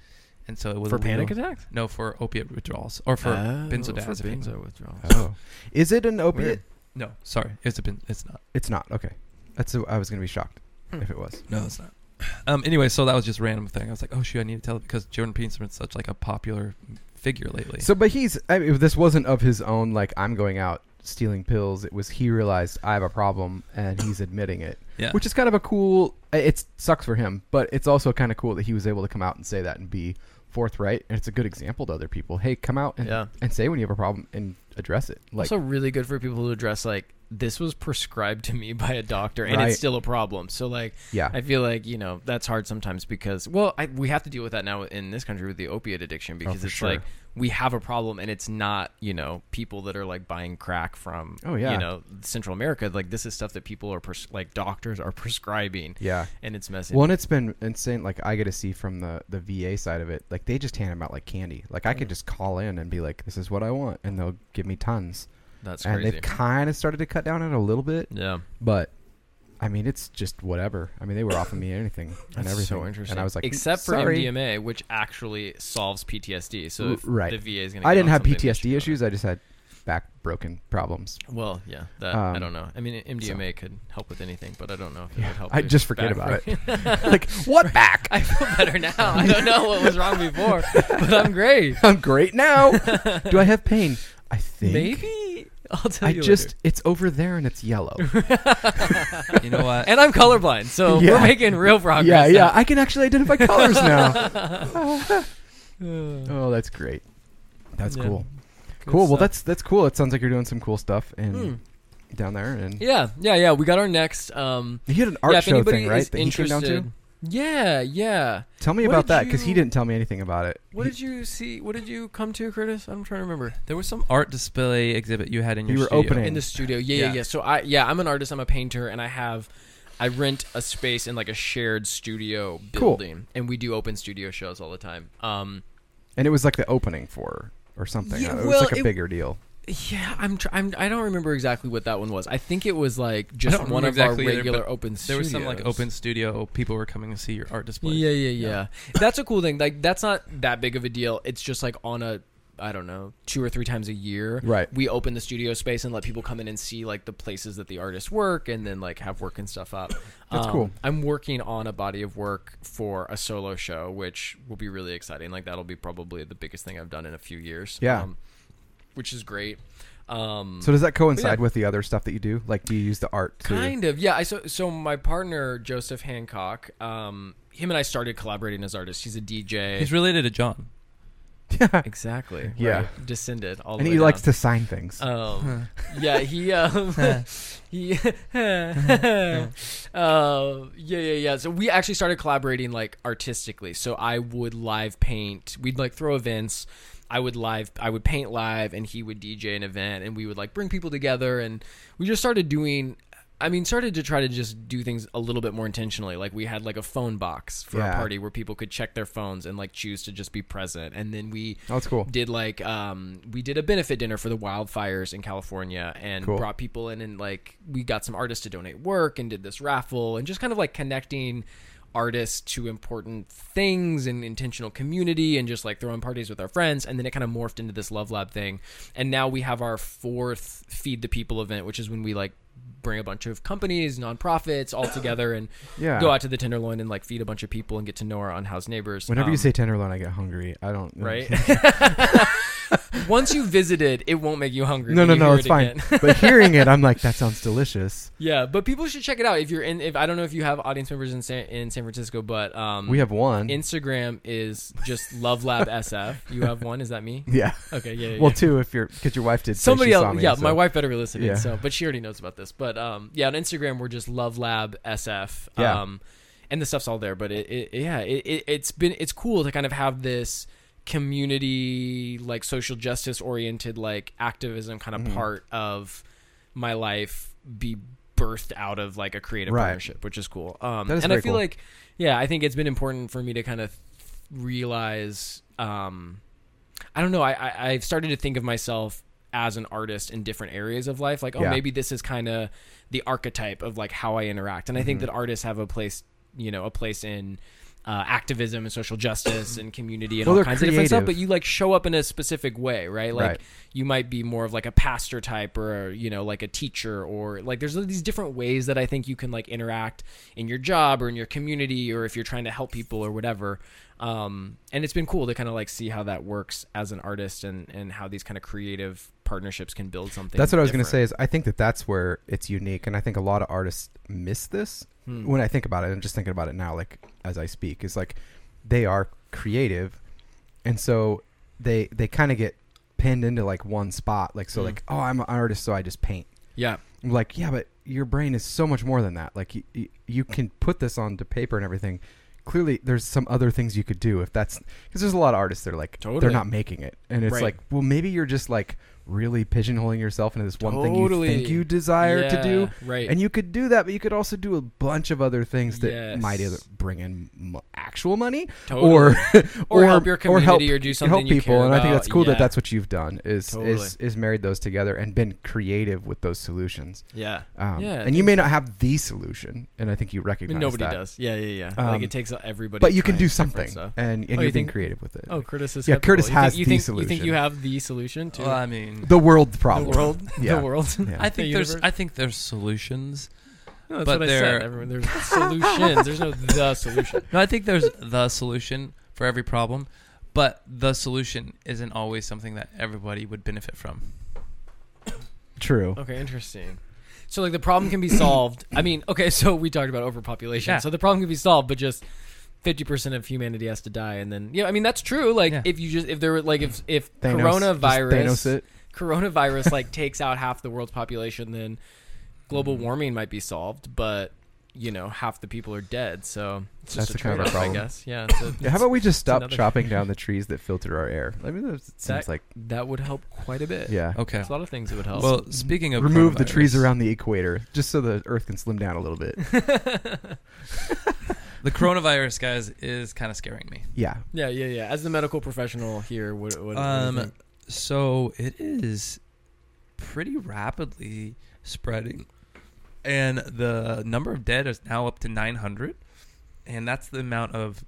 S2: and so it was
S3: for
S2: illegal.
S3: panic attacks
S2: No, for opiate withdrawals or for
S1: Uh.
S2: benzodiazepines.
S1: oh is it an opiate
S3: Weird.
S2: No, sorry, it's a ben- it's not.
S1: It's not okay. That's a, I was gonna be shocked
S3: Hmm.
S1: if it was.
S2: No, it's not. Um. Anyway, so that was just a random thing. I was like, oh shoot, I need to tell it because Jordan Peterson's such like a popular figure lately.
S1: So, but he's I mean, this wasn't of his own. Like I'm going out stealing pills. It was he realized I have a problem and he's admitting it,
S2: yeah.
S1: which is kind of a cool. uh, It sucks for him, but it's also kind of cool that he was able to come out and say that and be forthright. And it's a good example to other people. Hey, come out and
S3: Yeah.
S1: and say when you have a problem and address it. Like
S3: also really good for people to address like this was prescribed to me by a doctor and
S1: Right.
S3: it's still a problem. So like
S1: yeah,
S3: I feel like you know that's hard sometimes because well I, we have to deal with that now in this country with the opiate addiction because
S1: Oh, for
S3: it's
S1: sure.
S3: like we have a problem and it's not you know people that are like buying crack from
S1: Oh, yeah.
S3: you know Central America like this is stuff that people are pres- like doctors are prescribing
S1: yeah.
S3: and it's messy.
S1: Well, and it's been insane. Like I get to see from the the VA side of it, like they just hand them out like candy. Like I could just call in and be like, "This is what I want," and they'll give me tons.
S3: that's
S1: and
S3: crazy.
S1: they've kind of started to cut down on it a little bit,
S3: yeah,
S1: but I mean, it's just whatever. I mean, they were offering me anything and
S3: That's
S1: everything.
S3: so interesting.
S1: And I was like,
S3: except for
S1: Sorry.
S3: MDMA, which actually solves PTSD. So
S1: R-
S3: if
S1: right.
S3: the VA is going.
S1: I didn't have PTSD issues. I just had back broken problems.
S3: Well, yeah, that, I
S1: Um,
S3: don't know. I mean, MDMA could help with anything, but I don't know if it
S1: Yeah,
S3: would help.
S1: I
S3: with
S1: just forget about
S3: back break.
S1: it. like what back?
S3: I feel better now. I don't know what was wrong before, but I'm great.
S1: I'm great now. Do I have pain? I think
S3: Maybe I'll tell
S1: I
S3: you
S1: just
S3: later.
S1: it's over there and it's yellow.
S2: You know what?
S3: And I'm colorblind, so
S1: Yeah.
S3: we're making real progress.
S1: yeah,
S3: now.
S1: yeah. I can actually identify colors now. oh, that's great. That's
S2: Yeah.
S1: cool.
S2: Good
S1: cool. Well,
S2: stuff.
S3: uh,
S1: that's that's cool. It sounds like you're doing some cool stuff and
S3: Mm.
S1: down there. And
S3: Yeah, yeah, yeah. We got our next. Um,
S1: he had an art
S3: yeah, if
S1: show
S3: anybody
S1: thing, right?
S3: is
S1: That he came
S3: interested,
S1: down to.
S3: yeah, yeah.
S1: Tell me
S3: What
S1: about
S3: did
S1: that because he
S3: you-
S1: didn't tell me anything about it.
S3: What
S1: He-
S3: did you see? What did you come to, Curtis? I'm trying to remember.
S2: there was some art display exhibit you had in your
S1: You were
S2: studio.
S1: opening.
S3: In the studio, yeah, yeah,
S2: Yeah.
S3: yeah. So I, yeah, I'm an artist. I'm a painter, and I have, I rent a space in like a shared studio
S1: Cool.
S3: building, and we do open studio shows all the time. Um,
S1: and it was like the opening for or something.
S3: Yeah,
S1: it was
S3: well,
S1: like a
S3: it-
S1: bigger deal.
S3: yeah, I'm, tr- I'm, I don't remember exactly what that one was. I think it was like just
S2: don't
S3: one
S2: remember
S3: of
S2: exactly
S3: our
S2: either,
S3: regular
S2: but
S3: open.
S2: There was some like
S3: studios.
S2: open studio. People were coming to see your art display.
S3: Yeah, yeah, yeah, That's a cool thing. Like that's not that big of a deal. It's just like on a I don't know, two or three times a year.
S1: Right.
S3: We open the studio space and let people come in and see like the places that the artists work and then like have work and stuff up. Um,
S1: That's cool.
S3: I'm working on a body of work for a solo show, which will be really exciting. Like that'll be probably the biggest thing I've done in a few years. Um,
S1: Yeah.
S3: which is great. Um
S1: So does that coincide with the other stuff that you do? Like, do you use the art? To,
S3: Kind of, yeah. I so so my partner Joseph Hancock, um, him and I started collaborating as artists. He's a DJ.
S2: he's related to John.
S1: yeah.
S3: Exactly.
S1: Yeah.
S3: right. Descended all
S1: And
S3: the
S1: he
S3: way
S1: likes
S3: down.
S1: to sign things.
S3: Um, yeah, he. Um, he. uh, yeah, yeah, yeah. So we actually started collaborating like artistically. So I would live paint. We'd like throw events. I would live. I would paint live, and he would DJ an event, and we would like bring people together, and we just started doing. I mean, started to try to just do things a little bit more intentionally. Like we had like a phone box for
S1: Yeah.
S3: a party where people could check their phones and like choose to just be present, and then we
S1: oh, that's cool.
S3: did like um we did a benefit dinner for the wildfires in California and
S1: Cool.
S3: brought people in and like we got some artists to donate work and did this raffle and just kind of like connecting artists to important things and intentional community and just like throwing parties with our friends and then it kind of morphed into this love lab thing and now we have our fourth feed the people event which is when we like bring a bunch of companies nonprofits all together and
S1: Yeah.
S3: go out to the tenderloin and like feed a bunch of people and get to know our unhoused neighbors
S1: Whenever you
S3: Um,
S1: say tenderloin, I get hungry. I don't.
S3: right? Once you visited, it won't make you hungry.
S1: No,
S3: when
S1: no,
S3: you
S1: no.
S3: hear
S1: It's
S3: it
S1: fine.
S3: again.
S1: but hearing it, I'm like, that sounds delicious.
S3: yeah, but people should check it out if you're in. If I don't know if you have audience members in San, in San Francisco, but um,
S1: We have one.
S3: Instagram is just Love Lab SF. You have one? Is that me?
S1: yeah.
S3: Okay, yeah, yeah.
S1: Well,
S3: yeah.
S1: two if you're because your wife did. say
S3: Somebody
S1: she saw
S3: else,
S1: me,
S3: yeah.
S1: so-
S3: My wife better be listening.
S1: Yeah.
S3: So, but she already knows about this. But um, yeah, on Instagram we're just Love Lab SF.
S1: Yeah.
S3: Um, and the stuff's all there. But it, it yeah, it, it, it's been it's cool to kind of have this community like social justice oriented like activism kind of
S1: Mhm.
S3: part of my life be birthed out of like a creative
S1: Right.
S3: partnership, which is cool. Um,
S1: That is
S3: and
S1: very
S3: I feel
S1: cool.
S3: like yeah, I think it's been important for me to kind of realize um I don't know, I, I I've started to think of myself as an artist in different areas of life. Like, oh
S1: Yeah.
S3: maybe this is kinda the archetype of like how I interact. And I
S1: Mm-hmm.
S3: think that artists have a place you know, a place in uh, activism and social justice and community and
S1: Well,
S3: all
S1: they're
S3: kinds of different stuff,
S1: creative.
S3: but you like show up in a specific way, right? Like
S1: Right.
S3: you might be more of like a pastor type or you know like a teacher or like there's all these different ways that I think you can like interact in your job or in your community or if you're trying to help people or whatever. Um, and it's been cool to kind of like see how that works as an artist and and how these kind of creative partnerships can build something.
S1: That's what I was going to say.
S3: different.
S1: Is I think that that's where it's unique, and I think a lot of artists miss this
S3: Hmm.
S1: when I think about it. I'm just thinking about it now, like as I speak, is like they are creative, and so they they kind of get pinned into like one spot. Like so,
S3: Hmm.
S1: like oh, I'm an artist, so I just paint.
S3: Yeah.
S1: I'm like yeah, but your brain is so much more than that. Like you, you, you can put this onto paper and everything. Clearly, there's some other things you could do if that's because there's a lot of artists that are like they're
S3: Totally.
S1: not making it, and it's
S3: Right.
S1: like well maybe you're just like really pigeonholing yourself into this one
S3: Totally.
S1: thing you think you desire to do.
S3: Yeah, Right.
S1: And you could do that, but you could also do a bunch of other things that
S3: Yes.
S1: might either bring in mo- actual money
S3: Totally.
S1: or,
S3: Or help your community
S1: help-
S3: or do something
S1: help
S3: you
S1: people.
S3: care
S1: and I think
S3: about.
S1: that's cool that
S3: Yeah.
S1: that's what you've done is,
S3: Totally.
S1: is is married those together and been creative with those solutions.
S3: yeah.
S1: Um,
S3: Yeah, I
S1: and you may not have the solution, and I think you
S3: I mean,
S1: recognize
S3: nobody
S1: that.
S3: does. Yeah, yeah, yeah.
S1: Um,
S3: like it takes everybody.
S1: But you can
S3: trying
S1: do
S3: different
S1: something,
S3: stuff.
S1: and and
S3: Oh, you
S1: you've been
S3: think-
S1: creative with it.
S3: Oh, Curtis is.
S1: Yeah, Curtis
S3: skeptical.
S1: has
S3: you
S1: the
S3: think, You think
S1: solution.
S3: you have the solution to
S2: Well, I mean,
S1: The world problem.
S3: the world?
S1: Yeah.
S3: The world.
S1: Yeah.
S2: I
S3: The
S2: think there's
S3: universe?
S2: I think there's solutions.
S3: No, that's
S2: But
S3: what I
S2: there-
S3: said. Everyone, there's solutions. There's no the solution.
S2: No, I think there's the solution for every problem, but the solution isn't always something that everybody would benefit from.
S1: True.
S3: Okay, interesting. So like the problem can be solved. I mean, okay, so we talked about overpopulation.
S2: Yeah.
S3: So the problem can be solved, but just fifty percent of humanity has to die, and then you know, I mean, that's true. Like
S2: Yeah.
S3: if you just if there were like if if
S1: Thanos- just Thanos
S3: coronavirus
S1: it.
S3: coronavirus like takes out half the world's population, then global
S2: Mm.
S3: warming might be solved, but you know half the people are dead. So it's just
S1: That's the
S3: a
S1: kind of
S3: trade
S1: a
S3: off, I
S1: problem.
S3: guess. Yeah. it's a-
S1: Yeah, how about we just stop
S3: another-
S1: chopping down the trees that filter our air? I mean, that seems like
S3: that would help quite a bit.
S1: yeah.
S2: Okay.
S3: There's a lot of things that would help.
S2: Well, speaking of
S1: Remove the trees
S2: coronavirus,
S1: around the equator just so the Earth can slim down a little bit.
S2: the coronavirus, guys, is kind of scaring me.
S1: Yeah,
S3: yeah, yeah, yeah. As the medical professional here, what, what, what do you think?
S2: Um, so it is pretty rapidly spreading, and the number of dead is now up to 900, and that's the amount of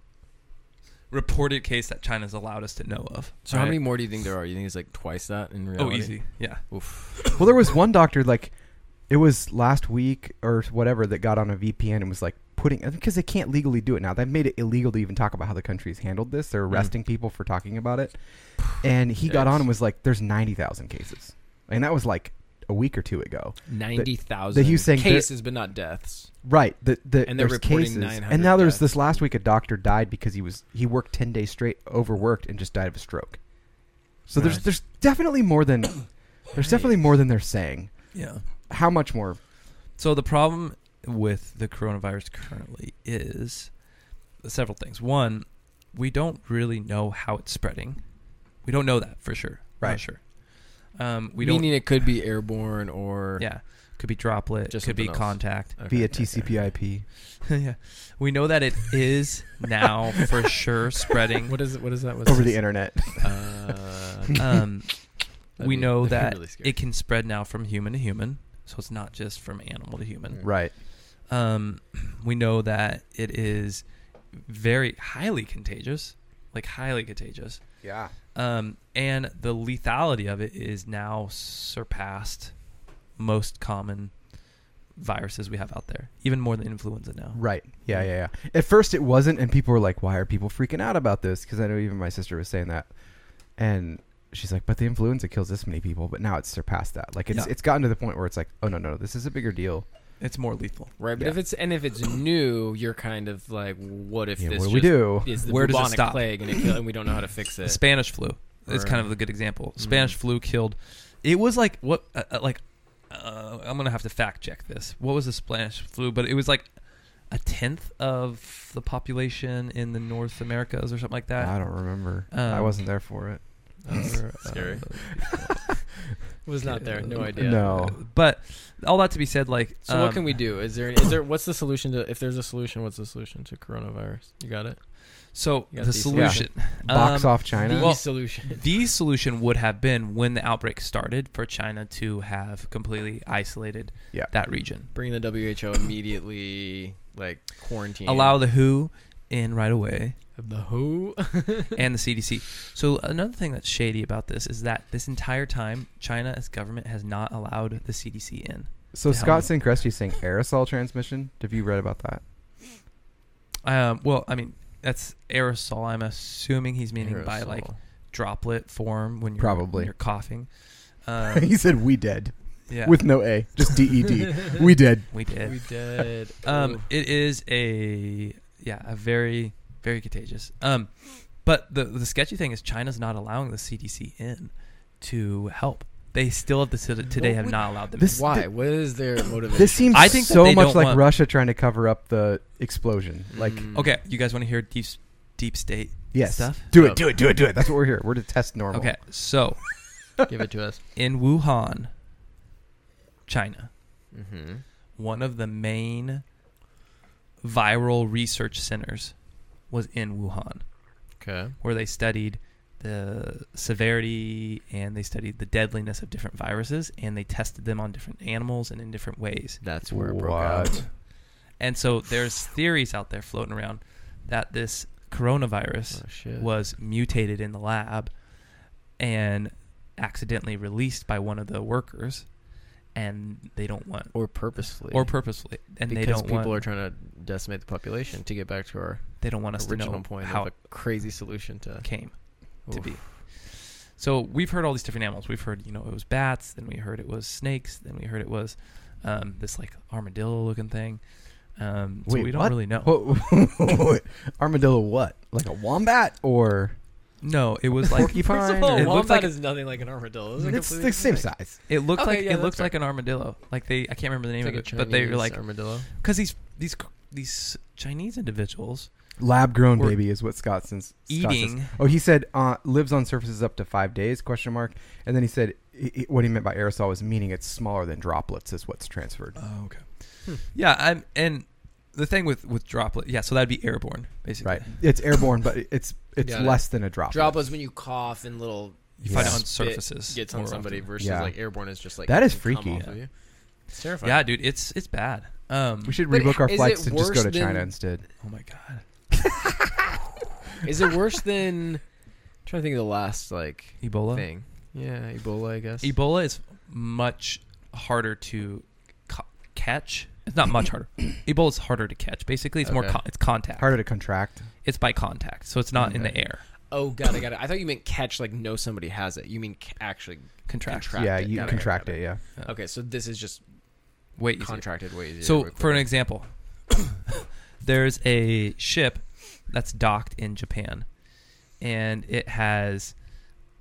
S2: reported case that China's allowed us to know of.
S3: So how
S2: right?
S3: many more do you think there are? You think it's like twice that in
S2: Oh,
S3: reality?
S2: easy, yeah.
S3: Oof.
S1: Well, there was one doctor like it was last week or whatever that got on a VPN and was like putting because they can't legally do it now. That made it illegal to even talk about how the country's handled this. They're
S2: Mm.
S1: arresting people for talking about it, and he got
S3: Yikes.
S1: on and was like, "There's ninety thousand cases," and that was like a week or two ago.
S3: Ninety
S1: that he
S3: thousand
S1: was saying there-
S3: cases, but not deaths.
S1: Right. That that
S3: And they're
S1: there's
S3: reporting
S1: cases,
S3: 900
S1: and now there's
S3: deaths.
S1: this last week a doctor died because he was he worked ten days straight, overworked, and just died of a stroke. So there's
S3: Right.
S1: there's definitely more than there's definitely more than they're saying.
S2: Yeah.
S1: How much more?
S2: So the problem with the coronavirus currently is several things. One, we don't really know how it's spreading. We don't know that for sure. We're Not
S1: Right.
S2: sure. Um, we
S3: Meaning it could be airborne or
S2: don't. Yeah. Could be droplet.
S3: Just
S2: could be
S3: something else.
S2: contact.
S3: Okay,
S1: Via
S3: okay, okay.
S1: TCP/IP.
S2: yeah. We know that it is now for sure spreading.
S3: What is it? What is that? What's
S1: over
S3: this?
S1: the internet.
S3: Uh,
S2: Um,
S3: that'd
S2: we
S3: be-
S2: know
S3: that'd be
S2: that
S3: really scary.
S2: it can spread now from human to human. So it's not just from animal to human.
S1: Right.
S2: Um, we know that it is very highly contagious, like highly contagious.
S1: Yeah.
S2: Um, and the lethality of it is now surpassed most common viruses we have out there, even more than influenza now.
S1: Right. Yeah, yeah, yeah. At first it wasn't and people were like, "Why are people freaking out about this?" cuz I know even my sister was saying that. And she's like, "But the influenza kills this many people, but now it's surpassed that." Like it's
S2: Yeah.
S1: it's gotten to the point where it's like, "Oh no, no, this is a bigger deal."
S2: It's more lethal.
S3: right? But
S1: yeah.
S3: if it's and if it's new, you're kind of like, what if
S1: Yeah,
S3: this?
S1: what do
S3: just
S1: we do?
S3: Is the
S2: Where does it
S3: bubonic
S2: stop?
S3: plague and it kill, and we don't know how to fix
S2: The
S3: it?
S2: Spanish flu is kind
S3: Right.
S2: of a good example. Spanish flu killed. It was like what, uh, uh, like, uh, I'm gonna have to fact check this. What was the Spanish flu? But it was like a tenth of the population in the North Americas or something like that.
S1: I don't remember. I
S2: um,
S1: wasn't there for it.
S2: Or, uh,
S3: Scary. Was not there. No
S2: Uh,
S3: idea.
S1: No.
S2: But all that to be said, like,
S3: So
S2: um,
S3: what can we do? Is there is there what's the solution to if there's a solution? What's the solution to coronavirus? You got it.
S2: So
S3: You got
S2: the
S3: these-
S2: solution,
S1: Box
S2: um,
S1: off China.
S3: The
S2: Well-
S3: solution.
S2: the solution would have been when the outbreak started for China to have completely isolated
S1: Yeah.
S2: that region.
S3: Bring the WHO immediately, like quarantine.
S2: Allow the WHO in right away
S3: the who.
S2: and the CDC. So another thing that's shady about this is that this entire time China's government has not allowed the CDC in.
S1: so
S2: the hell?
S1: Scott Sincresti's saying aerosol transmission. Have you read about that?
S2: Um, well, I mean that's aerosol. I'm assuming he's meaning by like droplet form when you're
S1: Probably.
S2: when you're coughing. Um,
S1: he said we dead
S2: yeah,
S1: with no A, just D E D. We dead.
S2: we did.
S3: we did.
S2: Um, it is a yeah, a very very contagious. Um, but the the sketchy thing is China's not allowing the CDC in to help. They still have to today
S3: What
S2: have
S3: would-
S2: not allowed them.
S1: This-
S3: why? what is their motivation?
S1: This seems
S2: I think that
S1: so
S2: they
S1: much
S2: don't
S1: like
S2: want-
S1: Russia trying to cover up the explosion. Like,
S3: Mm.
S2: in. Okay, you guys want to hear deep s- deep state
S1: yes,
S2: stuff?
S1: do
S3: Oh.
S1: it, do it, do it, do it. That's what we're here. We're to test normal.
S2: Okay, so
S3: Give it to us.
S2: in Wuhan, China,
S3: Mm-hmm.
S2: one of the main viral research centers was in Wuhan.
S3: Okay.
S2: where they studied the severity and they studied the deadliness of different viruses and they tested them on different animals and in different ways.
S3: That's where it broke out.
S1: What?
S2: And so there's theories out there floating around that this coronavirus
S3: Oh, shit.
S2: was mutated in the lab and accidentally released by one of the workers and they don't want
S3: Or purposefully.
S2: or purposefully and
S3: because
S2: they don't
S3: people
S2: want
S3: are trying to decimate the population to get back to our
S2: they don't want us to
S3: original
S2: know
S3: point
S2: how
S3: of
S2: it
S3: a crazy solution to
S2: came to
S3: Oof.
S2: be. So we've heard all these different animals. We've heard, you know, it was bats, then we heard it was snakes, then we heard it was um, this like armadillo looking thing. Um, so
S1: Wait,
S2: we don't
S1: what?
S2: really know.
S1: Whoa, Armadillo, what? Like a wombat or
S2: No, it was like
S1: porcupine?
S3: First of all,
S1: or-
S2: it
S3: it
S2: looked like-
S3: is nothing like an armadillo. Those are
S1: Mm, it's
S3: completely
S1: the same
S3: different
S1: size.
S2: it looked
S3: Okay,
S2: like
S3: yeah,
S2: it looked
S3: that's
S2: like an armadillo. Like they, I can't remember the name
S3: things.
S2: of it,
S3: It's like a
S2: but they were
S3: Chinese uh,
S2: like
S3: armadillo.
S2: because these these these Chinese individuals
S1: Lab grown
S2: Or-
S1: baby is what Scott says. Scott says.
S2: eating.
S1: Oh, he said uh, lives on surfaces up to five days? Question mark. And then he said he, he- what he meant by aerosol was meaning it's smaller than droplets is what's transferred.
S2: Oh, okay.
S3: Hmm.
S2: Yeah, I'm and the thing with with droplet, yeah. So that'd be airborne, basically.
S1: Right. It's airborne, but it's it's
S3: Got it.
S1: less than a droplet.
S3: Droplets when you cough and little
S2: You find it
S1: Yeah.
S2: on
S3: spit
S2: surfaces.
S3: gets on
S2: more
S3: somebody
S2: often.
S3: versus
S1: Yeah.
S3: like airborne is just like
S1: That is
S3: it can come
S1: freaky.
S3: off of you. It's terrifying.
S2: Yeah, dude, it's it's bad. Um,
S1: We should
S3: But
S1: rebook our
S3: is
S1: flights
S3: it
S1: and just go
S3: worse
S1: to China
S3: than-
S1: instead.
S2: oh my god.
S3: Is it worse than? I'm trying to think of the last like
S2: Ebola.
S3: thing. Yeah, Ebola. I guess.
S2: Ebola is much harder to co- catch. It's not much harder. Ebola is harder to catch. Basically, it's more
S3: Okay.
S2: con- it's contact.
S1: Harder to contract.
S2: It's by contact, so it's not in the
S3: Okay.
S2: air.
S3: Oh god, I got it. I thought you meant catch. Like know somebody has it. You mean c- actually
S2: Contract.
S3: contract?
S1: yeah,
S3: it.
S1: you
S3: Got it, Oh
S1: contract
S3: got
S1: it. Yeah.
S2: Yeah.
S3: Okay, so this is just
S2: Wait. easier.
S3: contracted way easier.
S2: So,
S3: way
S2: for an
S3: quicker.
S2: example, there's a ship that's docked in Japan, and it has,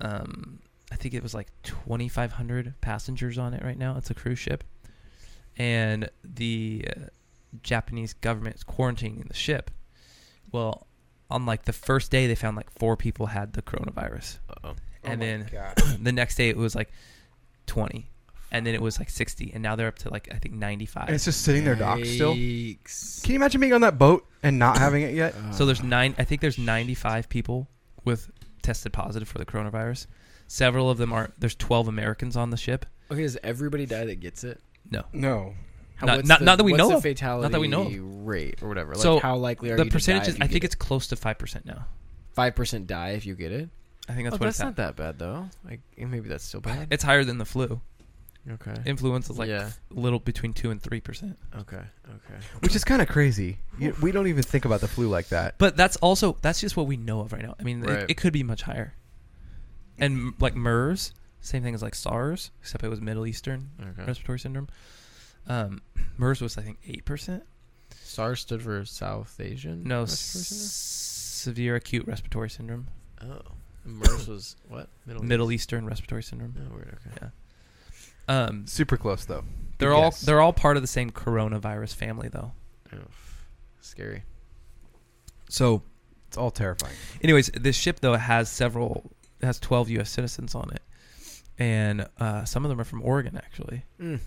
S2: um, I think it was like 2,500 passengers on it right now. It's a cruise ship, and the uh, Japanese government is quarantining the ship. Well, on like the first day, they found like four people had the coronavirus,
S3: Uh-oh.
S2: and then the next day it was like 20, and then it was like 60, and now they're up to like I think 95.
S1: And it's just sitting there docked still. Can
S3: Yikes.
S1: you imagine being on that boat and not having it yet?
S2: So there's nine. I think there's 95 people with tested positive for the coronavirus. Several of them are. There's 12 Americans on the ship.
S3: Okay, does everybody die that gets it?
S2: No,
S1: No.
S2: Not-
S3: what's
S2: not- not that we
S3: what's
S2: know
S3: the
S2: of.
S3: fatality
S2: Not that we know of.
S3: rate or whatever. Like
S2: So,
S3: how likely are
S2: the
S3: you
S2: percentage
S3: to
S2: is. I think it's close to five percent now.
S3: five percent die if you get it.
S2: I think that's
S3: oh,
S2: what
S3: that's
S2: it's at.
S3: not that bad though. Like eh, maybe that's still bad.
S2: It's higher than the flu.
S3: okay.
S2: Influenza is like
S3: Yeah.
S2: a little between two and three percent.
S3: okay. Okay.
S1: Which is kind of crazy. You, we don't even think about the flu like that.
S2: But that's also that's just what we know of right now. I mean,
S3: Right.
S2: it, it could be much higher. And m- like MERS, same thing as like SARS, except it was Middle Eastern
S3: Okay.
S2: respiratory syndrome. Um, MERS was I think eight percent.
S3: SARS stood for South Asian.
S2: No,
S3: Respiratory Syndrome?
S2: severe acute respiratory syndrome,
S3: Oh, MERS was what? Middle.
S2: Middle Eastern respiratory syndrome.
S3: Oh, weird. Okay.
S2: Yeah. Um,
S1: Super close though.
S2: they're all
S1: guess.
S2: they're all part of the same coronavirus family, though.
S3: Oof. Scary.
S2: So,
S1: It's all terrifying.
S2: anyways, this ship though has several it has twelve U.S. citizens on it, and uh, some of them are from Oregon actually,
S3: Mm.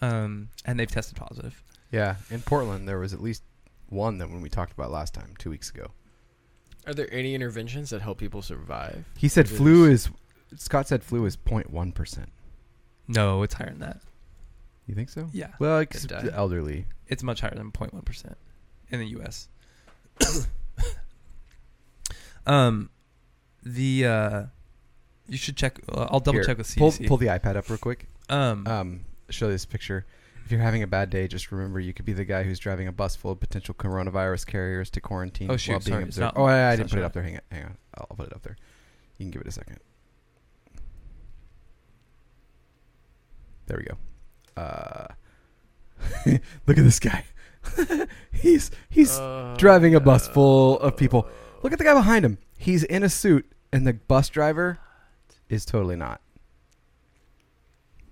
S2: um, and they've tested positive.
S1: Yeah. In Portland, there was at least one that when we talked about last time, two weeks ago.
S3: Are there any interventions that help people survive?
S1: He said
S3: It
S1: flu is. Scott said flu is 0.1 percent.
S2: No, it's higher than that.
S1: You think
S3: Oh.
S1: so?
S2: Yeah,
S1: Well, it's
S3: die.
S1: the elderly.
S2: it's much higher than 0.1 percent in the U.S. um, the uh, you should check. Uh, I'll double
S1: Here,
S2: check with
S1: Pull,
S2: CDC.
S1: pull the iPad up real quick.
S2: um,
S1: Um, show this picture. If you're having a bad day, just remember you could be the guy who's driving a bus full of potential coronavirus carriers to quarantine
S2: Oh, shoot,
S1: while being
S2: sorry, it's
S1: observed.
S2: not-
S1: oh, I, I
S2: it's
S1: didn't
S2: not
S1: put it up there. Hang on, hang on. I'll I'll put it up there. You can give it a second. There we go. Uh, look at this guy. he's he's
S2: Uh,
S3: Uh,
S1: driving a bus full of people. Look at the guy behind him. He's in a suit, and the bus driver is totally not.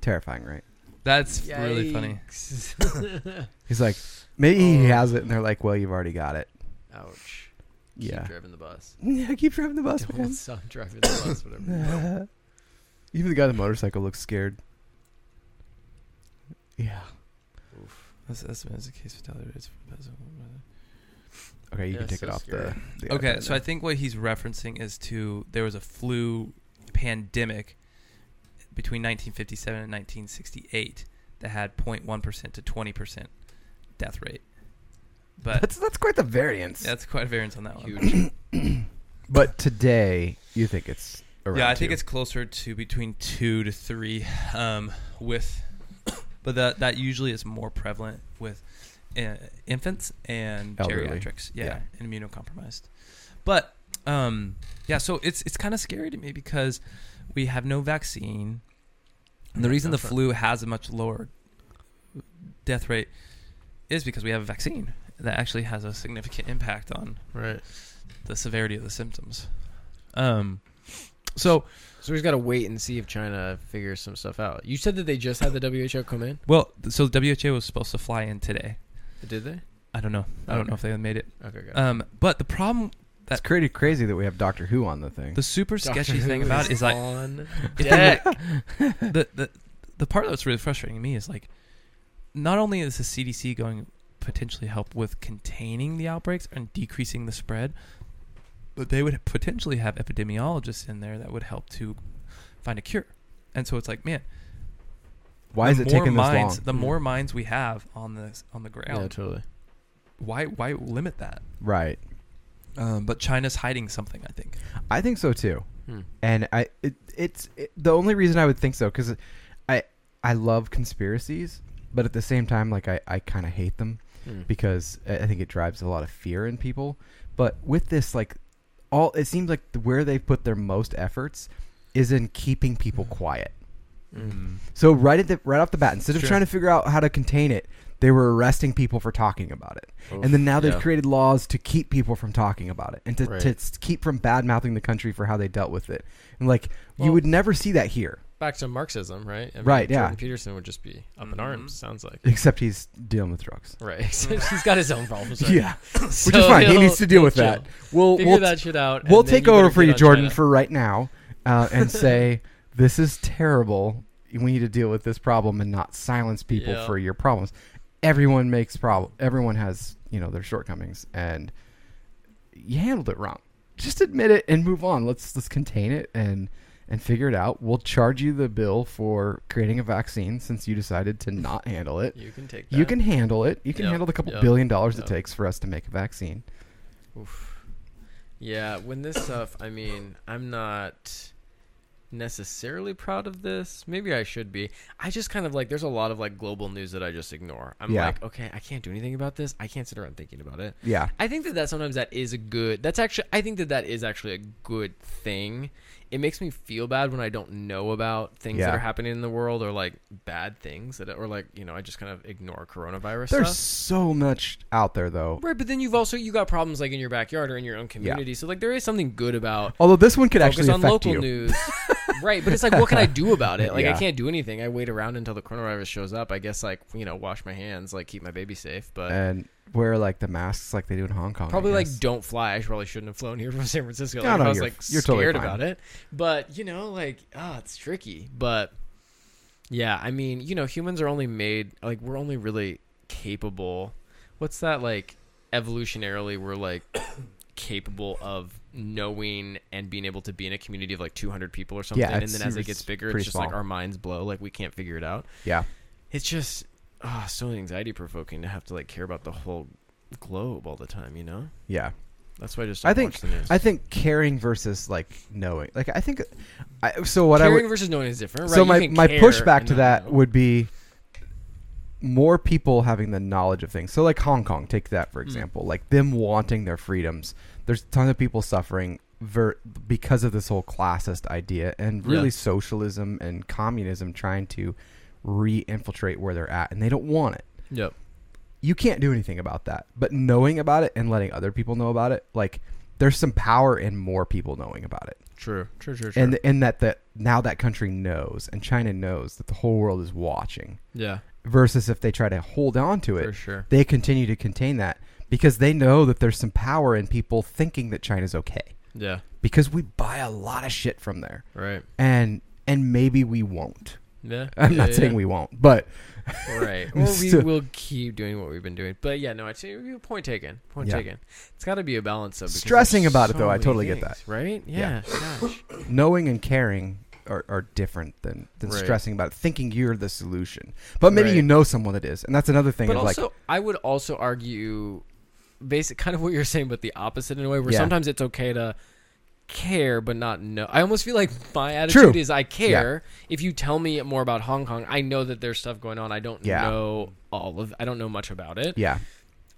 S1: Terrifying, right?
S2: that's really funny.
S1: He's like, maybe he
S3: Oh.
S1: has it, and they're like, well, you've already got it.
S3: Ouch.
S1: Yeah.
S3: Keep driving the bus.
S1: Yeah, keep driving the bus,
S3: Don't
S1: man.
S3: stop driving the bus. Whatever.
S1: Nah. Even the guy on the motorcycle looks scared. Yeah.
S3: Oof.
S2: That's, that's, that's the case fatality rates.
S1: Okay, you
S3: Yeah,
S1: can take
S3: so
S1: it off the,
S3: scary.
S1: the
S2: Okay,
S1: iPad
S2: so I
S1: now.
S2: think what he's referencing is to there was a flu pandemic between 1957 and 1968 that had 0.1 percent to 20 percent death rate. But
S1: that's that's quite the variance.
S2: that's quite a variance on that one.
S3: Huge.
S1: But today, you think it's around
S2: yeah, I think
S1: two.
S2: it's closer to between two to three. Um, with, but that that usually is more prevalent with uh, infants and
S1: Elderly.
S2: geriatrics. Yeah,
S1: Yeah.
S2: and immunocompromised. But um, yeah, so it's it's kind of scary to me because we have no vaccine. And the reason the
S1: that's right.
S2: flu has a much lower death rate is because we have a vaccine that actually has a significant impact on
S4: Right.
S2: the severity of the symptoms. Um, so
S3: So we just got to wait and see if China figures some stuff out. You said that they just had the WHO come in.
S2: well, so WHO was supposed to fly in today.
S3: Did they?
S2: I don't know. I don't
S3: Okay.
S2: know if they made it.
S3: Okay, good.
S2: Um, but the problem,
S1: It's pretty crazy that we have Doctor Who on the thing.
S2: the super sketchy thing about it is like
S3: on
S2: if they were- the, the the part that's really frustrating to me is like not only is the CDC going to potentially help with containing the outbreaks and decreasing the spread, but they would potentially have epidemiologists in there that would help to find a cure. And so it's like, man,
S1: Why is
S2: the
S1: it
S2: more
S1: taking this
S2: minds,
S1: long?
S2: The more minds we have on this on the
S3: yeah,
S2: ground,
S3: totally.
S2: why why limit that?
S1: Right.
S2: Um, but China's hiding something, I think.
S1: I think so too.
S3: Hmm.
S1: And I it, it's it, the only reason I would think so cuz I I love conspiracies, but at the same time like I I kind of hate them
S3: Hmm.
S1: because I I think it drives a lot of fear in people. But with this like all it seems like the- where they've put their most efforts is in keeping people quiet.
S3: Hmm.
S1: So right at the right off the bat, instead of
S2: Sure.
S1: trying to figure out how to contain it, they were arresting people for talking about it. and then now they've
S4: yeah.
S1: created laws to keep people from talking about it and to,
S4: Right.
S1: to s- keep from bad mouthing the country for how they dealt with it. And like you
S3: Well-
S1: would never see that here,
S3: Back to Marxism, right? I mean,
S1: Right, yeah.
S3: Jordan Peterson would just be up in arms.
S2: Mhm.
S3: Sounds like.
S1: except he's dealing with drugs.
S3: Mm-hmm. Right. He's got his own problems. right?
S1: Yeah,
S3: So
S1: which is fine. He
S3: he'll-
S1: needs to deal with
S3: he'll
S1: that.
S3: chill.
S1: We'll
S3: Figure
S1: we'll,
S3: that shit out.
S1: we'll
S3: and then
S1: take over
S3: better
S1: for
S3: get
S1: you,
S3: on
S1: Jordan,
S3: China.
S1: for right now, uh, and say this is terrible. We need to deal with this problem and not silence people
S3: Yeah.
S1: for your problems. Everyone makes problem. Everyone has you know their shortcomings, and you handled it wrong. Just admit it and move on. Let's let's contain it and and figure it out. We'll charge you the bill for creating a vaccine since you decided to not handle it.
S3: You can take that.
S1: You can handle it. You can
S3: Yeah,
S1: handle the couple
S3: yeah,
S1: billion dollars it
S3: yeah.
S1: takes for us to make a vaccine.
S3: Oof. Yeah, when this stuff, I mean, I'm not necessarily proud of this. Maybe I should be. I just kind of like there's a lot of like global news that I just ignore. I'm
S1: Yeah.
S3: like, okay, I can't do anything about this. I can't sit around thinking about it.
S1: Yeah.
S3: I think that that sometimes that is a good. That's actually I think that that is actually a good thing. It makes me feel bad when I don't know about things
S1: Yeah.
S3: that are happening in the world or like bad things that or like, you know, I just kind of ignore coronavirus
S1: There's
S3: stuff.
S1: so much out there though.
S3: Right, but then you've also you got problems like in your backyard or in your own community. So like there is something good about
S1: Although this one could
S3: focus
S1: actually
S3: on
S1: affect
S3: local
S1: you.
S3: news. right, but it's like what can I do about it? Like
S1: Yeah.
S3: I can't do anything. I wait around until the coronavirus shows up. I guess like, you know, wash my hands, like keep my baby safe, but
S1: and wear like the masks like they do in Hong Kong. Eh, I
S3: probably
S1: guess.
S3: like don't fly. I probably shouldn't have flown here from San Francisco.
S1: No,
S3: Like, if
S1: no,
S3: I was
S1: you're-
S3: like
S1: you're totally
S3: scared
S1: fine.
S3: about it. But you know, like ah, it's tricky. But yeah, I mean, you know, humans are only made like we're only really capable. What's that like? Evolutionarily, we're like capable of knowing and being able to be in a community of like 200 people or something. and
S1: it's-
S3: then as it
S1: it's
S3: gets bigger, it's
S1: pretty
S3: just like
S1: small.
S3: our minds blow. Like we can't figure it out.
S1: yeah,
S3: It's just ah, so anxiety provoking to have to like care about the whole globe all the time. You know.
S1: yeah.
S3: That's why I just
S1: I
S3: don't
S1: think-
S3: watch the news.
S1: I think caring versus like knowing. Like I think, I, so. What
S3: caring
S1: I would
S3: versus knowing is different. Right?
S1: so
S3: You
S1: my
S3: can
S1: my
S3: care
S1: pushback
S3: and
S1: to
S3: not
S1: that
S3: know.
S1: would be more people having the knowledge of things. So like Hong Kong, take that for
S3: Mm.
S1: example. Like them wanting their freedoms. There's tons of people suffering ver- because of this whole classist idea and really
S3: Yeah.
S1: socialism and communism trying to re-infiltrate where they're at, and they don't want it.
S3: Yep.
S1: you can't do anything about that. But knowing about it and letting other people know about it, like there's some power in more people knowing about it.
S3: True. True. True.
S1: And and that that now that country knows and China knows that the whole world is watching
S3: yeah.
S1: versus if they try to hold on to it,
S3: For sure.
S1: they continue to contain that because they know that there's some power in people thinking that China's okay
S3: Yeah.
S1: because we buy a lot of shit from there.
S3: Right.
S1: And and maybe we won't.
S3: Yeah.
S1: I'm
S3: Yeah,
S1: not
S3: yeah,
S1: saying we won't, but
S3: yeah. Right. Or we
S1: Still-
S3: will keep doing what we've been doing. But yeah, no. I tell you, point taken. Point
S1: Yeah.
S3: taken. It's got to be a balance though. because
S1: Stressing
S3: there's
S1: about it,
S3: so
S1: though, I
S3: many
S1: totally get
S3: things, Right. Yeah.
S1: Yeah.
S3: Gosh.
S1: knowing and caring are, are different than, than
S3: Right.
S1: stressing about it, thinking you're the solution. But maybe you
S3: Right.
S1: know someone that is, and that's another thing.
S3: But
S1: of
S3: also,
S1: like,
S3: I would also argue, basic kind of what you're saying, but the opposite in a way, where
S1: Yeah.
S3: sometimes it's okay to care but not know. I almost feel like my attitude is I care. If you tell me more about Hong Kong, I know that there's stuff going on. I don't
S1: Yeah.
S3: know all of. I don't know much about it.
S1: yeah,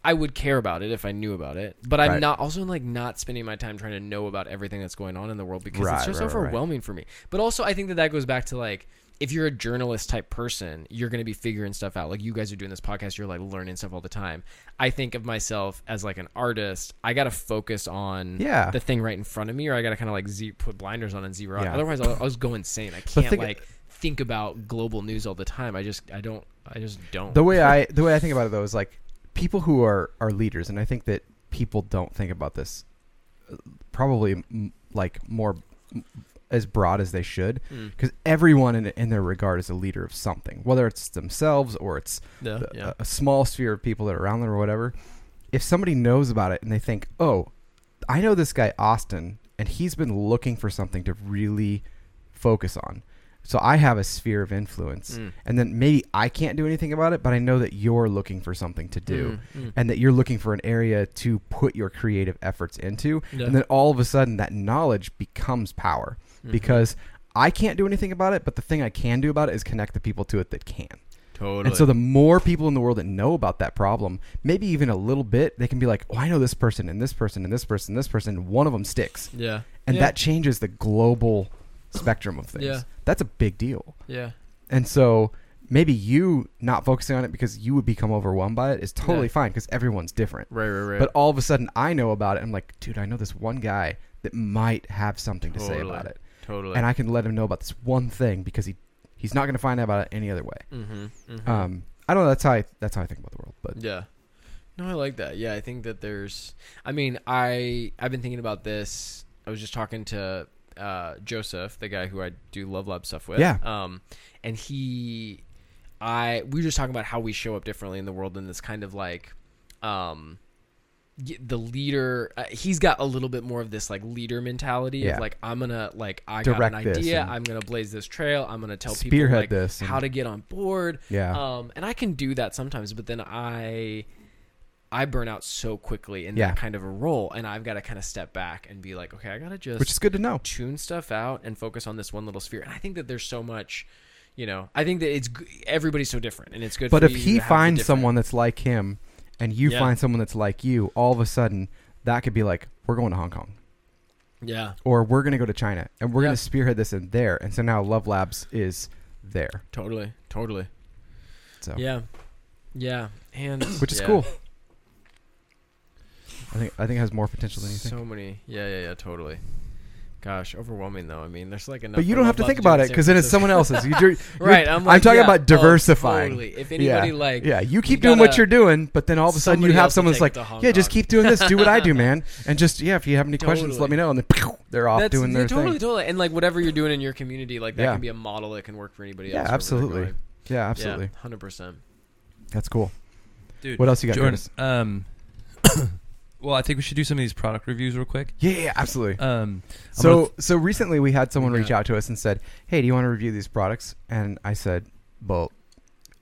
S3: I would care about it if I knew about it, but
S1: Right.
S3: I'm not also like not spending my time trying to know about everything that's going on in the world because
S1: Right,
S3: it's just
S1: right, right, right.
S3: overwhelming for me. But also, I think that that goes back to like if you're a journalist type person, you're going to be figuring stuff out. Like you guys are doing this podcast, you're like learning stuff all the time. I think of myself as like an artist. I got to focus on
S1: Yeah.
S3: the thing right in front of me, or I got to kind of like ze- put blinders on and zero out.
S1: Yeah.
S3: Otherwise, I'll, I'll just go insane. I can't
S1: think-
S3: like think about global news all the time. I just I don't I just don't.
S1: the way I the way I think about it though is like people who are are leaders, and I think that people don't think about this uh, probably m- like more m- as broad as they should
S3: Mm.
S1: because everyone in, in their regard is a leader of something whether it's themselves or it's
S3: Yeah,
S1: the-
S3: Uh,
S1: uh,
S3: yeah.
S1: a, a small sphere of people that are around them or whatever if somebody knows about it and they think oh i know this guy austin and he's been looking for something to really focus on so i have a sphere of influence
S3: Mm.
S1: and then maybe i can't do anything about it but i know that you're looking for something to do
S3: Mm, mm.
S1: and that you're looking for an area to put your creative efforts into
S3: Yeah.
S1: and then all of a sudden that knowledge becomes power
S3: Mhm.
S1: because i can't do anything about it but the thing i can do about it is connect the people to it that can
S3: Totally.
S1: and so the more people in the world that know about that problem maybe even a little bit they can be like oh i know this person and this person and this person and this person and one of them sticks
S3: yeah.
S1: and
S3: yeah.
S1: that changes the global spectrum of things
S3: Yeah.
S1: that's a big deal
S3: yeah.
S1: and so maybe you not focusing on it because you would become overwhelmed by it is totally
S3: Yeah.
S1: fine because everyone's different
S3: Right, right, right.
S1: but all of a sudden, I know about it. I'm like, dude, I know this one guy that might have something to say
S3: Totally.
S1: about it,
S3: totally.
S1: and I can let him know about this one thing because he he's not going to find out about it any other way.
S3: mm-hmm, mm-hmm.
S1: Um, I don't know. That's how I, that's how I think about the world. But
S3: yeah. No, I like that. Yeah, I think that there's. I mean, I I've been thinking about this. I was just talking to uh, Joseph, the guy who I do Love Lab stuff with.
S1: Yeah.
S3: Um, and he, I we were just talking about how we show up differently in the world in this kind of like, um. y- The leader, uh, he's got a little bit more of this like leader mentality
S1: Yeah.
S3: of like I'm gonna like I
S1: Direct
S3: got an
S1: this
S3: idea,
S1: and-
S3: I'm gonna blaze this trail, I'm gonna tell people
S1: Spearhead
S3: like
S1: this and-
S3: how to get on board,
S1: yeah,
S3: um, and I can do that sometimes, but then I I burn out so quickly in
S1: Yeah.
S3: that kind of a role, and I've got to kind of step back and be like, okay, I gotta just
S1: which is good to know.
S3: tune stuff out and focus on this one little sphere. And I think that there's so much, you know, I think that it's g- everybody's so different, and it's good.
S1: But
S3: for
S1: if
S3: you
S1: he
S3: to have the
S1: finds
S3: different-
S1: someone that's like him, and you
S3: Yeah.
S1: find someone that's like you, all of a sudden that could be like, we're going to Hong Kong,
S3: yeah,
S1: or we're going to go to China, and we're
S3: Yeah.
S1: going to spearhead this in there. And so now Love Labs is there.
S3: totally, totally,
S1: So
S3: yeah, yeah, and
S1: which is
S3: yeah.
S1: cool. I think I think it has more potential than you think.
S3: So many, yeah, yeah, yeah, totally. Gosh, overwhelming though. I mean, there's like enough.
S1: but you
S3: for
S1: don't
S3: my
S1: have to
S3: love
S1: think
S3: do in
S1: about it
S3: San
S1: because then it's
S3: Francisco.
S1: someone else's. You, you're,
S3: right. I'm, like,
S1: I'm talking
S3: yeah,
S1: about
S3: oh,
S1: diversifying.
S3: totally. If anybody
S1: yeah,
S3: like,
S1: yeah, you keep
S3: you
S1: doing what
S3: gotta-
S1: you're doing, but then all of a sudden you
S3: somebody
S1: have
S3: else will
S1: someone that's
S3: take
S1: like,
S3: the Hong
S1: yeah, just
S3: Kong."
S1: keep doing this, do what I do, man, and just yeah, if you have any questions, let
S3: Totally.
S1: me know, and then pew, they're off
S3: that's
S1: doing
S3: yeah,
S1: their
S3: totally,
S1: thing.
S3: totally, and like whatever you're doing in your community, like that
S1: Yeah.
S3: can be a model that can work for anybody
S1: Yeah,
S3: else. wherever they're
S1: absolutely.
S3: going.
S1: Yeah, absolutely.
S3: yeah, hundred percent.
S1: That's cool.
S2: Dude,
S1: What else you got,
S2: Jordan,
S1: Curtis?
S2: um, well, I think we should do some of these product reviews real quick.
S1: Yeah, yeah, absolutely.
S2: Um, I'm
S1: So
S2: gonna-
S1: so recently we had someone
S3: Yeah.
S1: reach out to us and said, "Hey, do you want to review these products?" And I said, "Well,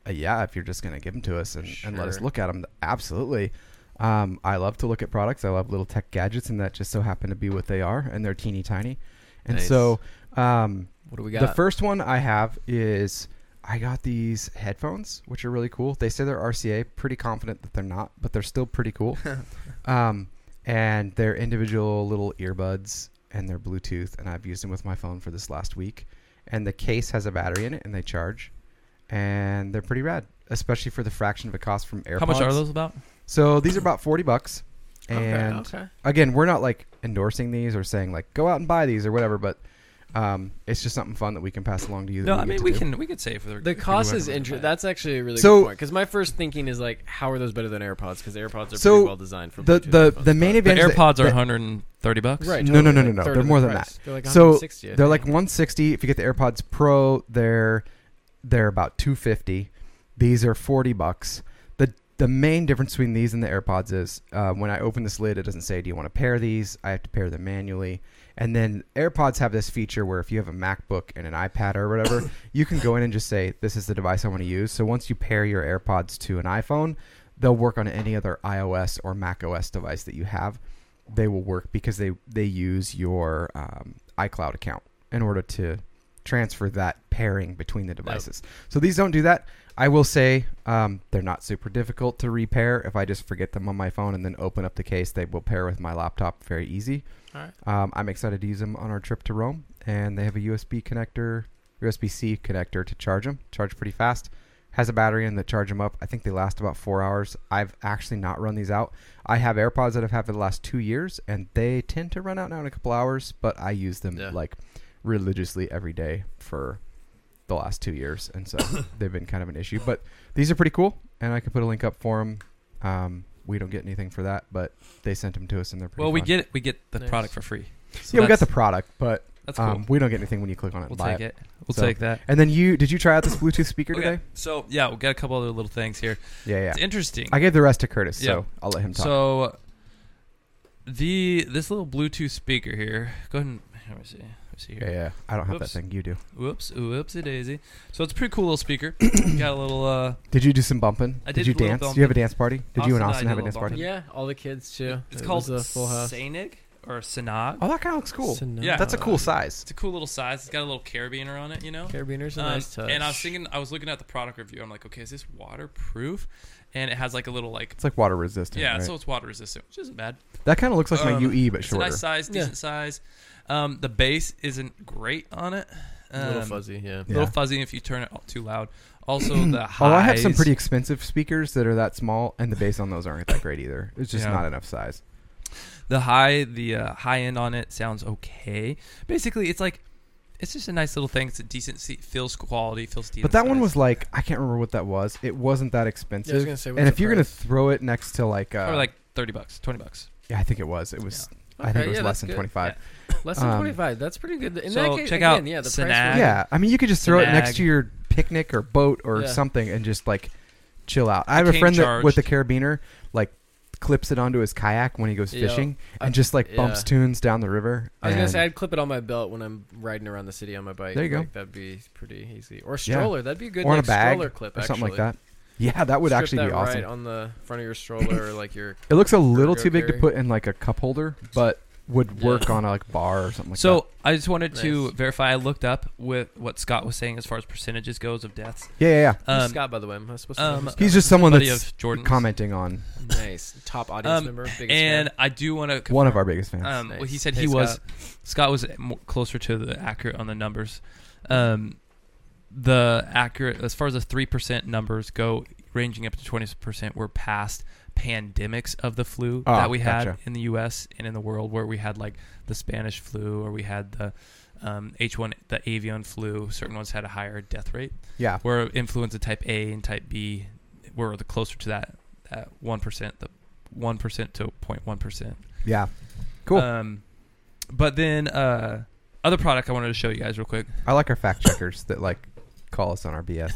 S1: uh, yeah, if you're just going to give them to us and, and let us
S3: Sure.
S1: look at them, absolutely." Um, I love to look at products. I love little tech gadgets, and that just so happened to be what they are, and they're teeny tiny. And
S3: Nice.
S1: so, um,
S3: What do we got?
S1: the first one I have is I got these headphones, which are really cool. They say they're RCA. Pretty confident that they're not, but they're still pretty cool. um, and they're individual little earbuds, and they're Bluetooth. And I've used them with my phone for this last week. And the case has a battery in it, and they charge. And they're pretty rad, especially for the fraction of the cost from AirPods.
S2: how much are those about?
S1: So these are about forty bucks. And
S3: okay, okay.
S1: again, we're not like endorsing these or saying like go out and buy these or whatever, but um, it's just something fun that we can pass along to you. that
S2: No, I
S1: get
S2: mean
S1: to
S2: we
S1: do.
S2: can we could say for the,
S3: the
S2: for
S3: cost
S2: whoever we're
S3: is
S2: gonna
S3: interesting.
S2: buy it.
S3: That's actually a really
S1: So-
S3: good point because my first thinking is like, how are those better than AirPods? Because AirPods are
S1: So,
S3: pretty well designed for
S1: the
S3: Bluetooth
S1: the
S3: headphones,
S1: the main
S3: but-
S2: The
S1: advantage. that-
S2: AirPods are
S1: that-
S2: 130 bucks.
S3: right?
S1: No, no,
S3: totally,
S1: no,
S3: like
S1: no, no.
S3: third
S1: They're
S3: of the
S1: more than
S3: price. They're like
S1: So,
S3: 160, I
S1: They're like
S3: think.
S1: 160. If you get the AirPods Pro, they're they're about 250. These are 40 bucks. the The main difference between these and the AirPods is uh, when I open this lid, it doesn't say, "Do you want to pair these?" I have to pair them manually. And then AirPods have this feature where if you have a MacBook and an iPad or whatever, you can go in and just say, "This is the device I want to use." So once you pair your AirPods to an iPhone, they'll work on any other iOS or Mac OS device that you have. They will work because they they use your um, iCloud account in order to transfer that pairing between the devices. So these don't do that. I will say um, they're not super difficult to repair. If I just forget them on my phone and then open up the case, they will pair with my laptop very easy.
S2: All right.
S1: Um, I'm excited to use them on our trip to Rome, and they have a USB connector, USB C connector to charge them. Charge pretty fast. Has a battery in that charge them up. I think they last about four hours. I've actually not run these out. I have AirPods that I've had for the last two years, and they tend to run out now in a couple hours. But I use them
S3: Yeah.
S1: like religiously every day for the last two years, and so they've been kind of an issue. But these are pretty cool, and I can put a link up for them. Um, we don't get anything for that, but they sent them to us, and they're pretty
S2: Well, we
S1: fun.
S2: get we get the
S3: Nice.
S2: product for free. So
S1: yeah, we got the
S2: that's-
S1: product, but
S2: That's cool.
S1: um, we don't get anything when you click on it.
S2: we'll
S1: and buy
S2: take it. We'll
S1: So-
S2: take that.
S1: And then you did you try out this Bluetooth speaker
S2: Okay,
S1: today?
S2: So yeah, we got a couple other little things here.
S1: Yeah, yeah.
S2: It's interesting.
S1: I gave the rest to Curtis,
S2: Yeah.
S1: so I'll let him talk.
S2: So the this little Bluetooth speaker here. Go ahead and let me see. Let me see here.
S1: yeah, yeah. I don't have
S2: Oops.
S1: that thing. You do.
S2: Whoops, whoopsie daisy. So it's a pretty cool little speaker. got a little uh
S1: Did you do some bumping?
S2: I did
S1: you
S2: a little
S1: dance? Do you have a
S2: bumping.
S1: dance party? Did you and
S2: Austin
S1: Austin
S2: and I
S1: have a
S2: did a
S1: dance
S2: little
S1: party?
S3: Yeah, all the kids too.
S2: it's
S3: It
S2: called
S3: was a full house.
S2: Sanig or Sanag.
S1: Oh, that kind of looks cool.
S2: Yeah.
S1: That's a cool size.
S2: It's a cool little size. It's got a little carabiner on it, you know?
S3: Carabiner's a
S2: Um,
S3: nice touch.
S2: And I was thinking, I was looking at the product review. I'm like, okay, is this waterproof? And it has like a little like,
S1: It's like water resistant.
S2: yeah,
S1: right?
S2: so it's water resistant, which isn't bad.
S1: that kind of looks like my
S2: um,
S1: UE, but
S2: It's
S1: shorter.
S2: a nice size,
S3: Yeah.
S2: decent size. Um, the bass isn't great on it. Um,
S3: a little fuzzy, yeah.
S1: Yeah.
S2: little fuzzy if you turn it all too loud. Also, the highs.
S1: Oh, I have some pretty expensive speakers that are that small, and the bass on those aren't that great either. It's just
S2: Yeah.
S1: not enough size.
S2: the high the uh, high end on it sounds okay. Basically, it's like it's just a nice little thing. It's a decent seat, feels quality, feels decent.
S1: But that one
S2: size.
S1: was like I can't remember what that was. It wasn't that
S3: Yeah, I was
S1: expensive.
S3: gonna say,
S1: and if you're gonna throw it next to like, uh,
S2: or like thirty bucks, twenty bucks.
S1: yeah, I think it was. It was. I think
S3: Okay,
S1: it was less
S3: yeah, that's
S1: than
S3: good.
S1: twenty five.
S3: less than
S1: um,
S3: twenty five, that's pretty good. In
S2: so
S3: that case,
S2: check
S3: again,
S2: out
S3: yeah, the
S2: Sanag.
S3: price. was-
S1: Yeah, I mean, you could just throw it next
S2: Snag.
S1: to your picnic or boat or
S3: Yeah.
S1: something and just like chill out. I
S2: I
S1: have a
S2: came
S1: friend that
S2: charged.
S1: with a carabiner like clips it onto his kayak when he goes
S3: Yeah.
S1: fishing
S3: I-
S1: and just like bumps
S3: yeah.
S1: tunes down the river.
S3: I was gonna
S1: and-
S3: say I'd clip it on my belt when I'm riding around the city on my bike.
S1: There you go.
S3: Like, that'd be pretty easy. Or stroller, that'd be a good
S1: or in
S3: like,
S1: a bag
S3: stroller clip
S1: or
S3: actually.
S1: something like that. Yeah, that would
S3: Strip
S1: actually be
S3: that
S1: awesome.
S3: Right on the front of your stroller or like your
S1: it looks a little
S3: go
S1: too big to
S3: carry.
S1: put in like a cup holder, but would
S3: Yeah.
S1: work on a like bar or something like
S2: so
S1: that.
S2: I just wanted to
S3: Nice.
S2: verify. I looked up with what Scott was saying as far as percentages goes of deaths.
S1: Yeah, yeah, yeah.
S3: Who's
S2: Um,
S3: Scott by the way. Am I supposed to
S2: um,
S3: know who's
S1: He's just someone
S2: buddy
S1: that's
S2: of Jordan's.
S1: commenting on
S3: Scott? nice. Top audience
S2: um,
S3: member, biggest
S2: and
S3: fan.
S2: I do want to
S1: one of our biggest fans.
S2: Um,
S3: Nice.
S2: well, he said
S3: Hey,
S2: he was
S3: Scott.
S2: Scott was mo closer to the accurate on the numbers. Um, the accurate as far as the three percent numbers go, ranging up to twenty percent, were past pandemics of the flu
S1: Ah,
S2: that we had
S1: gotcha.
S2: in the U.S. and in the world, where we had like the Spanish flu or we had the um, H1 the avian flu. Certain ones had a higher death rate.
S1: yeah.
S2: Where influenza type A and type B were the closer to that that one percent, the one percent to 0.1 percent.
S1: Yeah. Cool.
S2: Um, but then uh, other product I wanted to show you guys real quick.
S1: I like our fact checkers that like call us on our BS.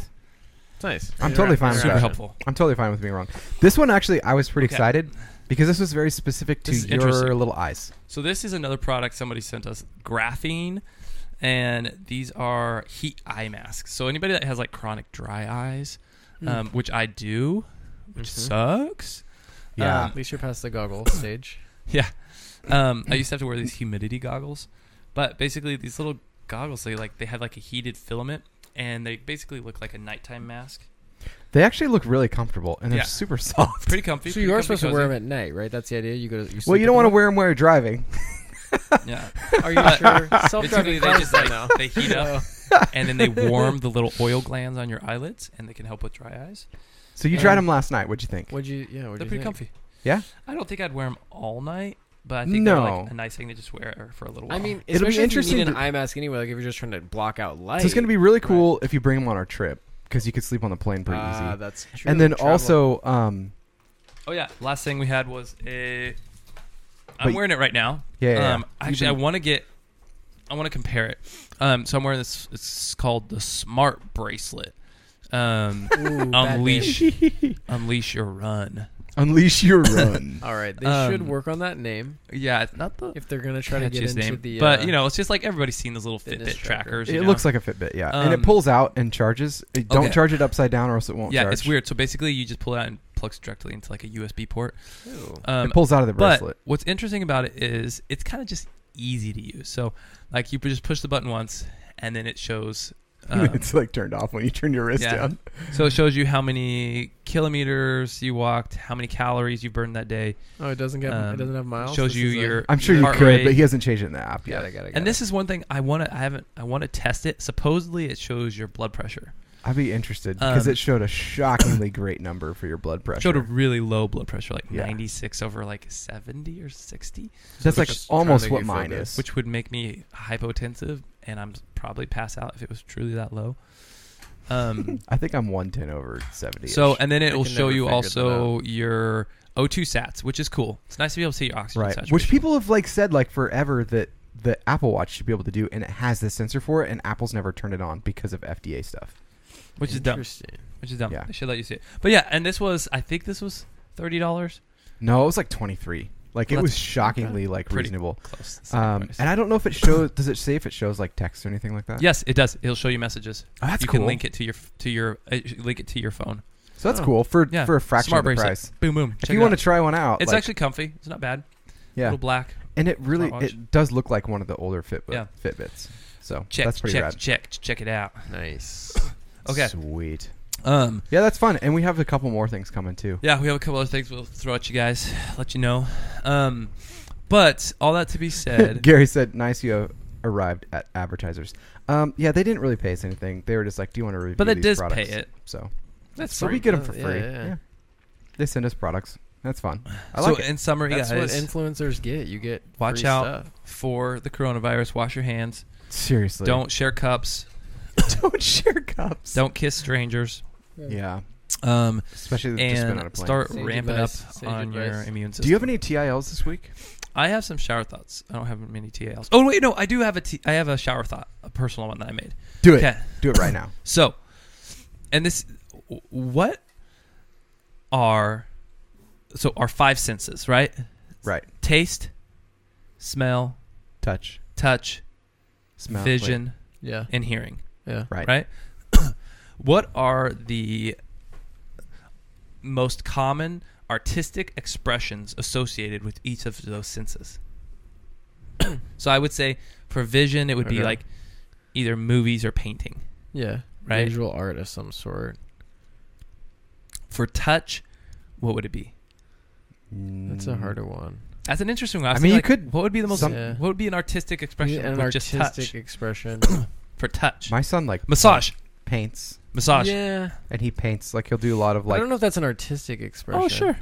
S3: It's nice.
S1: I'm totally fine with
S2: Super
S1: that.
S2: helpful.
S1: I'm totally fine with being wrong. This one actually, I was pretty
S2: Okay.
S1: excited because this was very specific to
S2: This is
S1: your
S2: interesting.
S1: little eyes.
S2: So this is another product somebody sent us, graphene, and these are heat eye masks. So anybody that has like chronic dry eyes,
S1: Hmm.
S2: um, which I do, which
S1: Mm-hmm.
S2: sucks.
S1: Yeah.
S2: Um,
S3: Mm-hmm. Uh, At least you're past the goggle stage.
S2: Yeah. Um, I used to have to wear these humidity goggles, but basically these little goggles they like they had like a heated filament and they basically look like a nighttime mask.
S1: they actually look really comfortable and they're
S2: Yeah.
S1: super soft.
S2: Pretty comfy.
S3: So
S2: pretty
S3: you are
S2: comfy
S3: supposed to
S2: cozy.
S3: wear them at night, right? That's the idea. You go. To, you
S1: well, you don't want to wear them while you're driving.
S2: Yeah.
S3: Are you sure? Self-driving
S2: Basically, they
S3: cars
S2: just
S3: don't
S2: like
S3: know.
S2: they heat up and then they warm the little oil glands on your eyelids, and they can help with dry eyes.
S1: So you tried them
S3: Um,
S1: last night. What'd you think?
S3: What'd you?
S2: They're
S3: Yeah, what'd you
S2: pretty
S3: think?
S2: comfy.
S1: Yeah?
S2: I don't think I'd wear them all night, but I think they're
S1: No.
S2: like a nice thing to just wear for a little while.
S3: I mean,
S1: It'll be
S3: especially
S1: interesting
S3: if you need
S1: to-
S3: an eye mask anyway. Like if you're just trying to block out light.
S1: so it's going to be really cool if you bring them on our trip because you could sleep on the plane pretty
S3: Ah,
S1: easy.
S3: that's true.
S1: And then
S3: Travel.
S1: also, um,
S2: oh yeah, last thing we had was a.
S1: But
S2: I'm
S1: you-
S2: wearing it right now.
S1: Yeah, yeah,
S2: Um,
S1: yeah.
S2: actually, I
S1: You've been-
S2: want to get. I want to compare it. Um, so I'm wearing this. It's called the Smart Bracelet. Um,
S3: Ooh, bad
S2: unleash, unleash your run.
S1: unleash your run.
S3: name. All right, they should
S2: Um,
S3: work on that name
S2: Yeah, it's not the
S3: if they're going to try to
S2: catchy
S3: get
S2: as
S3: into
S2: name.
S3: the.
S2: but
S3: uh,
S2: you know, it's just like everybody's seen those little
S3: fitness
S2: Fitbit
S3: tracker.
S2: trackers.
S1: it looks like a Fitbit, yeah, and
S2: Um,
S1: it pulls out and charges. It don't
S2: okay.
S1: charge it upside down, or else it won't.
S2: yeah,
S1: charge.
S2: it's weird. So basically, you just pull it out and plugs directly into like a USB port.
S3: Ew.
S2: Um,
S1: it pulls out of the
S2: but
S1: bracelet.
S2: what's interesting about it is it's kind of just easy to use. So like you just push the button once, and then it shows Um,
S1: it's like turned off when you turn your wrist
S2: yeah.
S1: down.
S2: so it shows you how many kilometers you walked, how many calories you burned that day.
S3: Oh, it doesn't get.
S2: Um,
S3: it doesn't have miles.
S2: shows
S3: This
S2: you
S3: is uh, a-
S2: your.
S1: I'm sure you
S2: heart
S1: could,
S2: rate.
S1: but he hasn't changed it in the app
S3: Got
S1: yet.
S3: it, got it, got
S2: And
S3: it.
S2: this is one thing I want to. I haven't. I want to test it. Supposedly, it shows your blood pressure.
S1: I'd be interested because
S2: Um,
S1: it showed a shockingly great number for your blood pressure.
S2: Showed a really low blood pressure, like
S1: Yeah.
S2: 96 over like 70 or 60,
S1: That's like
S3: Which is
S1: almost
S3: trying to make
S1: what
S3: you feel
S1: mine
S3: good.
S1: is.
S2: which would make me hypotensive, and I'm probably pass out if it was truly that low. Um,
S1: I think I'm 110 over 70.
S2: so, and then it
S3: I
S2: will
S3: can
S2: show
S3: never
S2: you
S3: figure
S2: also your O2 sats, which is cool. It's nice to be able to see your oxygen
S1: right,
S2: saturation.
S1: which people have like said like forever that the Apple Watch should be able to do, and it has this sensor for it, and Apple's never turned it on because of FDA stuff.
S2: which is dumb.
S3: Interesting.
S2: Which is dumb.
S1: Yeah.
S2: They should let you see it. But yeah, and this was, I think this was thirty dollars.
S1: No, it was like 23. Like
S2: Well,
S1: it was
S2: that's
S1: shockingly like
S2: pretty
S1: reasonable.
S2: Close. to the same
S1: Um,
S2: price.
S1: and I don't know if it shows. Does it say if it shows like text or anything like that?
S2: yes, it does. It'll show you messages.
S1: oh, that's
S2: you
S1: cool.
S2: can link it to your to your uh, link it to your phone.
S1: So that's
S3: Oh.
S1: cool for
S2: Yeah,
S1: for a fraction
S2: Smart
S1: of the
S2: bracelet.
S1: price.
S2: Boom boom.
S1: if you want to try one out,
S2: it's
S1: like-
S2: actually comfy. It's not bad.
S1: yeah,
S2: Little black.
S1: and it really
S2: smartwatch.
S1: it does look like one of the older Fitbit
S2: Yeah.
S1: Fitbits. So
S2: Check
S1: that's pretty
S2: check
S1: rad.
S2: check check it out.
S3: Nice.
S2: Okay.
S1: Sweet.
S2: Um.
S1: Yeah, that's fun. And we have a couple more things coming too.
S2: Yeah, we have a couple other things we'll throw at you guys. Let you know. Um. But all that to be said.
S1: Gary said, "Nice, you arrived at advertisers." Um, yeah, they didn't really pay us anything. They were just like, "Do you want to review?"
S2: But that
S1: these
S2: does
S1: products?
S2: pay it.
S1: So
S3: That's
S1: so we
S3: free.
S1: get them
S3: Yeah,
S1: for free.
S3: yeah,
S1: Yeah,
S3: yeah.
S1: they send us products. That's fun. I
S2: so
S1: like it.
S2: in summary,
S3: That's what
S2: guys,
S3: influencers get. You get
S2: Watch
S3: free
S2: out.
S3: stuff.
S2: for the coronavirus, wash your hands.
S1: Seriously,
S2: Don't share cups.
S1: don't share cups.
S2: Don't kiss strangers.
S1: Yeah,
S2: Um.
S1: especially the- just been on a
S2: and
S1: plane.
S2: start
S3: Sage
S2: ramping
S3: advice.
S2: up
S3: Sage
S2: on your
S3: advice.
S2: immune system.
S1: Do you have any TILs this week?
S2: I have some shower thoughts. I don't have many TALs. Oh wait, no, I do have a T- I have a shower thought, a personal one that I made.
S1: Do it.
S2: Okay,
S1: Do it right now.
S2: so, and this, what are, so our five senses, right?
S1: Right.
S2: Taste, smell,
S1: Touch,
S2: touch,
S1: smell,
S2: vision,
S3: Yeah.
S2: and hearing.
S3: Yeah.
S1: Right.
S2: Right. what are the most common artistic expressions associated with each of those senses? so I would say for vision, it would be
S3: Okay.
S2: like either movies or painting.
S3: Yeah.
S2: Right.
S3: Visual art of some sort.
S2: For touch, what would it be?
S1: Wait.
S3: That's a harder one.
S2: That's an interesting one. I,
S1: I
S2: was
S1: mean, you
S2: thinking, like,
S1: could-
S2: What would be the most?
S1: some-
S3: Yeah.
S2: What would be an artistic expression?
S3: An
S2: with
S3: artistic
S2: just touch
S3: expression.
S2: for touch.
S1: My son like
S2: massage,
S1: paints,
S2: massage.
S3: Yeah.
S1: and he paints like he'll do a lot of
S3: I
S1: like.
S3: don't know if that's an artistic expression.
S2: Oh sure.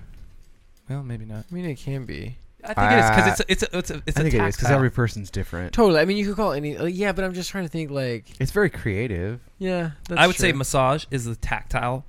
S2: Well, maybe not.
S3: I mean, it can be.
S2: I think it is because
S1: Uh,
S2: it's a, it's a, it's a, it's
S1: I
S2: a
S1: think it is because
S2: tactile.
S1: every person's different.
S3: Totally. I mean, you could call it any. Like, yeah, but I'm just trying to think. Like,
S1: It's very creative.
S3: yeah. That's
S2: I would say
S3: true.
S2: massage is the tactile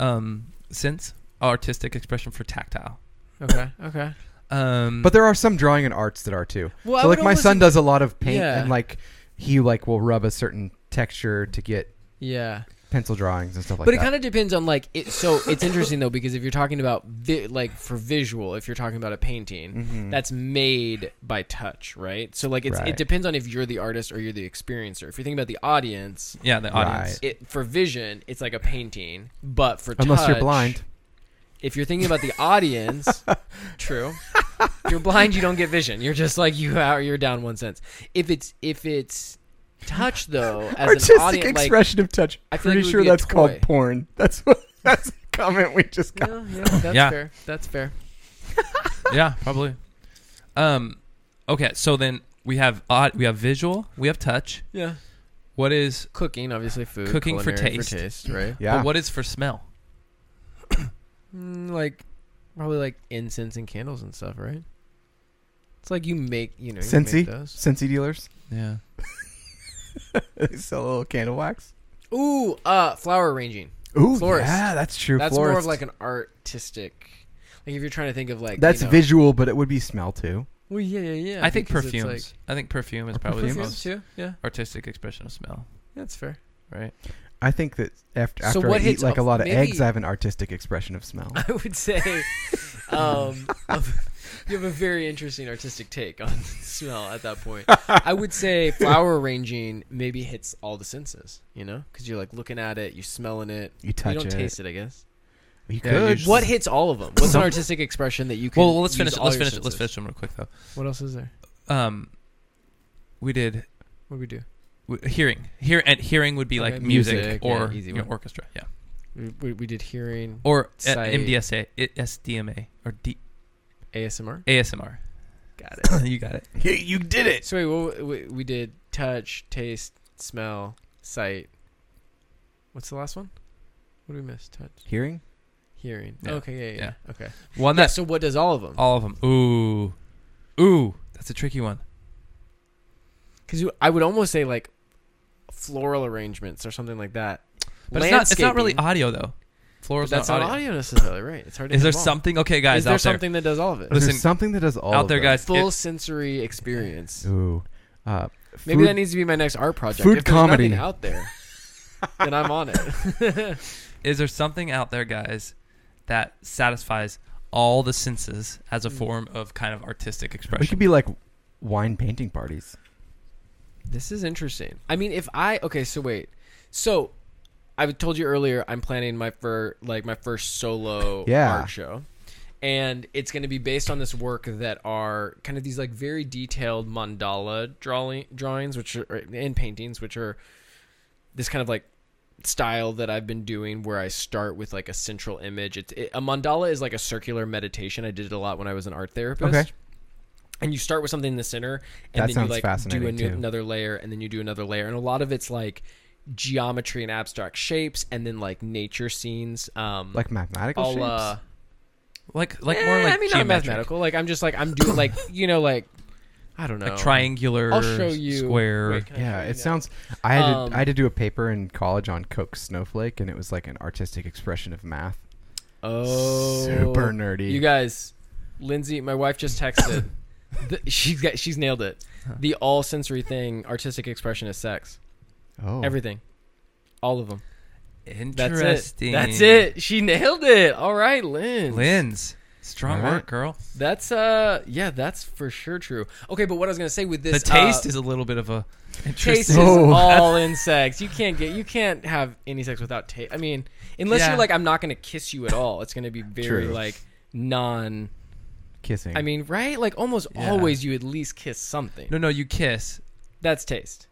S2: um, sense, artistic expression for tactile.
S3: Okay. Okay.
S2: Um,
S1: But there are some drawing and arts that are too.
S3: Well,
S1: so like my son does a lot of paint
S3: Yeah.
S1: and like he like will rub a certain texture to get
S3: Yeah.
S1: pencil drawings and stuff like
S3: but
S1: that.
S3: it kind of depends on like it. So it's interesting though because if you're talking about vi- like for visual, if you're talking about a painting,
S1: Mhm.
S3: that's made by touch, right? So like it's,
S1: Right.
S3: it depends on if you're the artist or you're the experiencer. If you're thinking about the audience,
S2: yeah, the audience.
S1: Right.
S3: it for vision, it's like a painting, but for
S1: unless you're
S3: touch-
S1: blind.
S3: If you're thinking about the audience, true. If you're blind, you don't get vision. You're just like you are. You're down one sense. If it's if it's touch though, as an audience, like,
S1: of touch.
S3: I feel like it would be a toy.
S1: porn. That's what that's the comment we just
S3: yeah, yeah, that's
S2: Yeah.
S3: fair. That's fair.
S2: yeah, probably. Um, okay, so then we have odd, we have visual, we have touch.
S3: Yeah,
S2: What is
S3: cooking obviously food.
S2: Cooking for
S3: culinary
S2: taste.
S3: right?
S1: Yeah.
S2: but what is for smell?
S3: Mm, like probably like incense and candles and stuff, right? It's like you make you know you
S1: Scentsy?
S3: make those.
S1: Scentsy dealers
S2: Yeah.
S1: they sell a little candle wax.
S3: Ooh, uh, flower arranging.
S1: Ooh,
S3: Florist.
S1: yeah, that's true.
S3: That's
S1: florist.
S3: more of like an artistic. Like if you're trying to think of like
S1: that's
S3: you know-
S1: visual, but it would be smell too.
S3: Well, yeah, yeah, yeah.
S2: I think
S3: because it's,
S2: perfumes.
S3: like-
S2: I think perfume is
S1: Or
S2: probably the
S1: perfumes?
S2: most
S3: too. Yeah,
S2: artistic expression of smell,
S3: that's fair.
S2: right?
S1: I think that after,
S3: So
S1: after I
S3: what
S1: eat
S3: hits
S1: like a
S3: off-
S1: lot of
S3: maybe-
S1: eggs, I have an artistic expression of smell.
S3: I would say, um, of- you have a very interesting artistic take on smell at that point. I would say flower arranging maybe hits all the senses. You know, because you're like looking at it, you're smelling it,
S1: You touch
S3: you don't
S1: it.
S3: taste it. I guess.
S1: You
S2: Yeah,
S1: could.
S2: you
S3: What hits all of them? What's
S1: Some-
S3: an artistic expression that you can?
S2: Well, let's
S3: use
S2: finish.
S3: all
S2: Let's
S3: your
S2: finish. Let's
S3: senses?
S2: finish them real quick though.
S3: What else is there?
S2: Um, we did
S3: What do we do?
S2: W- hearing, hear, and hearing would be like
S3: Okay,
S2: music,
S3: music,
S2: or
S3: yeah, easy
S2: you know,
S3: one.
S2: orchestra, yeah,
S3: We, we, we did hearing
S2: or uh,
S3: Sight.
S2: MDSA, I- SDMA, or D-
S3: ASMR.
S2: ASMR.
S3: Got
S2: it. you got it.
S1: you did it.
S3: So wait, what, we, we did touch, taste, smell, sight. What's the last one? What did we miss? Touch,
S1: Hearing?
S3: hearing.
S2: Yeah.
S3: Okay, yeah, yeah,
S2: Yeah.
S3: Okay.
S2: One that
S3: so what does all of them?
S2: all of them. Ooh, ooh, that's a tricky one.
S3: Because I would almost say like floral arrangements or something like that.
S2: But it's not, it's not really
S3: Landscaping,
S2: audio though.
S3: but
S2: Floral's
S3: that's
S2: not
S3: not
S2: audio.
S3: audio necessarily, right? It's hard. To
S2: Is
S3: hit
S2: there
S3: 'em all.
S2: something? Okay, guys,
S3: Is there
S2: out there,
S3: something that does all of it?
S1: Is there
S2: Listen,
S1: something that does all
S2: out
S1: of
S2: there,
S1: those?
S2: guys.
S3: Full
S2: it-
S3: sensory experience.
S1: Ooh. Uh,
S3: Maybe
S1: food-
S3: that needs to be my next art project.
S1: food
S3: if there's nothing
S1: comedy.
S3: out there, then I'm on it.
S2: is there something out there, guys, that satisfies all the senses as a
S3: Mm.
S2: form of kind of
S1: It
S2: artistic
S1: could
S2: expression?
S1: be like wine painting parties.
S3: This is interesting. I mean, if I okay, so wait, so I told you earlier I'm planning my for like my first solo
S1: Yeah.
S3: art show, and it's going to be based on this work that are kind of these like very detailed mandala drawing drawings, which are and paintings, which are this kind of like style that I've been doing where I start with like a central image. It's it, a mandala is like a circular meditation. I did it a lot when I was an art therapist.
S1: Okay.
S3: And you start with something in the center and
S1: That sounds
S3: then you like do a
S1: fascinating,
S3: new,
S1: too.
S3: another layer and then you do another layer and a lot of it's like geometry and abstract shapes and then like nature scenes um
S1: Like mathematical
S3: all
S1: shapes?
S3: uh,
S2: like, like
S3: eh,
S2: more like
S3: I mean not
S2: geometric,
S3: mathematical like I'm just like I'm doing like you know like I don't know
S2: like triangular,
S3: I'll show you
S2: square.
S3: Wait, can I
S1: yeah,
S3: show you
S1: it
S3: now?
S1: sounds. I had,
S3: Um,
S1: to, I had to do a paper in college on Coke Snowflake, and it was like an artistic expression of math.
S3: oh
S1: Super nerdy.
S3: You guys, Lindsay, my wife just texted. the, she's got she's nailed it. The all sensory thing, artistic expression is sex.
S1: oh,
S3: Everything. All of them. That's
S2: Interesting.
S3: it. That's it. She nailed it. All right, Lynn.
S2: Lens. Strong
S1: All right.
S2: work, girl.
S3: That's uh yeah, that's for sure true. Okay, but what I was going to say with
S2: The
S3: this
S2: taste
S3: uh,
S2: is a little bit of a
S3: taste
S2: interesting.
S3: is
S1: Oh.
S3: all in sex. You can't get you can't have any sex without taste. I mean, unless
S2: Yeah.
S3: you're like I'm not going to kiss you at all. It's going to be very
S1: True.
S3: like non
S1: kissing.
S3: I mean, right? Like almost
S2: Yeah.
S3: always you at least kiss something.
S2: No, no, you kiss.
S3: That's taste.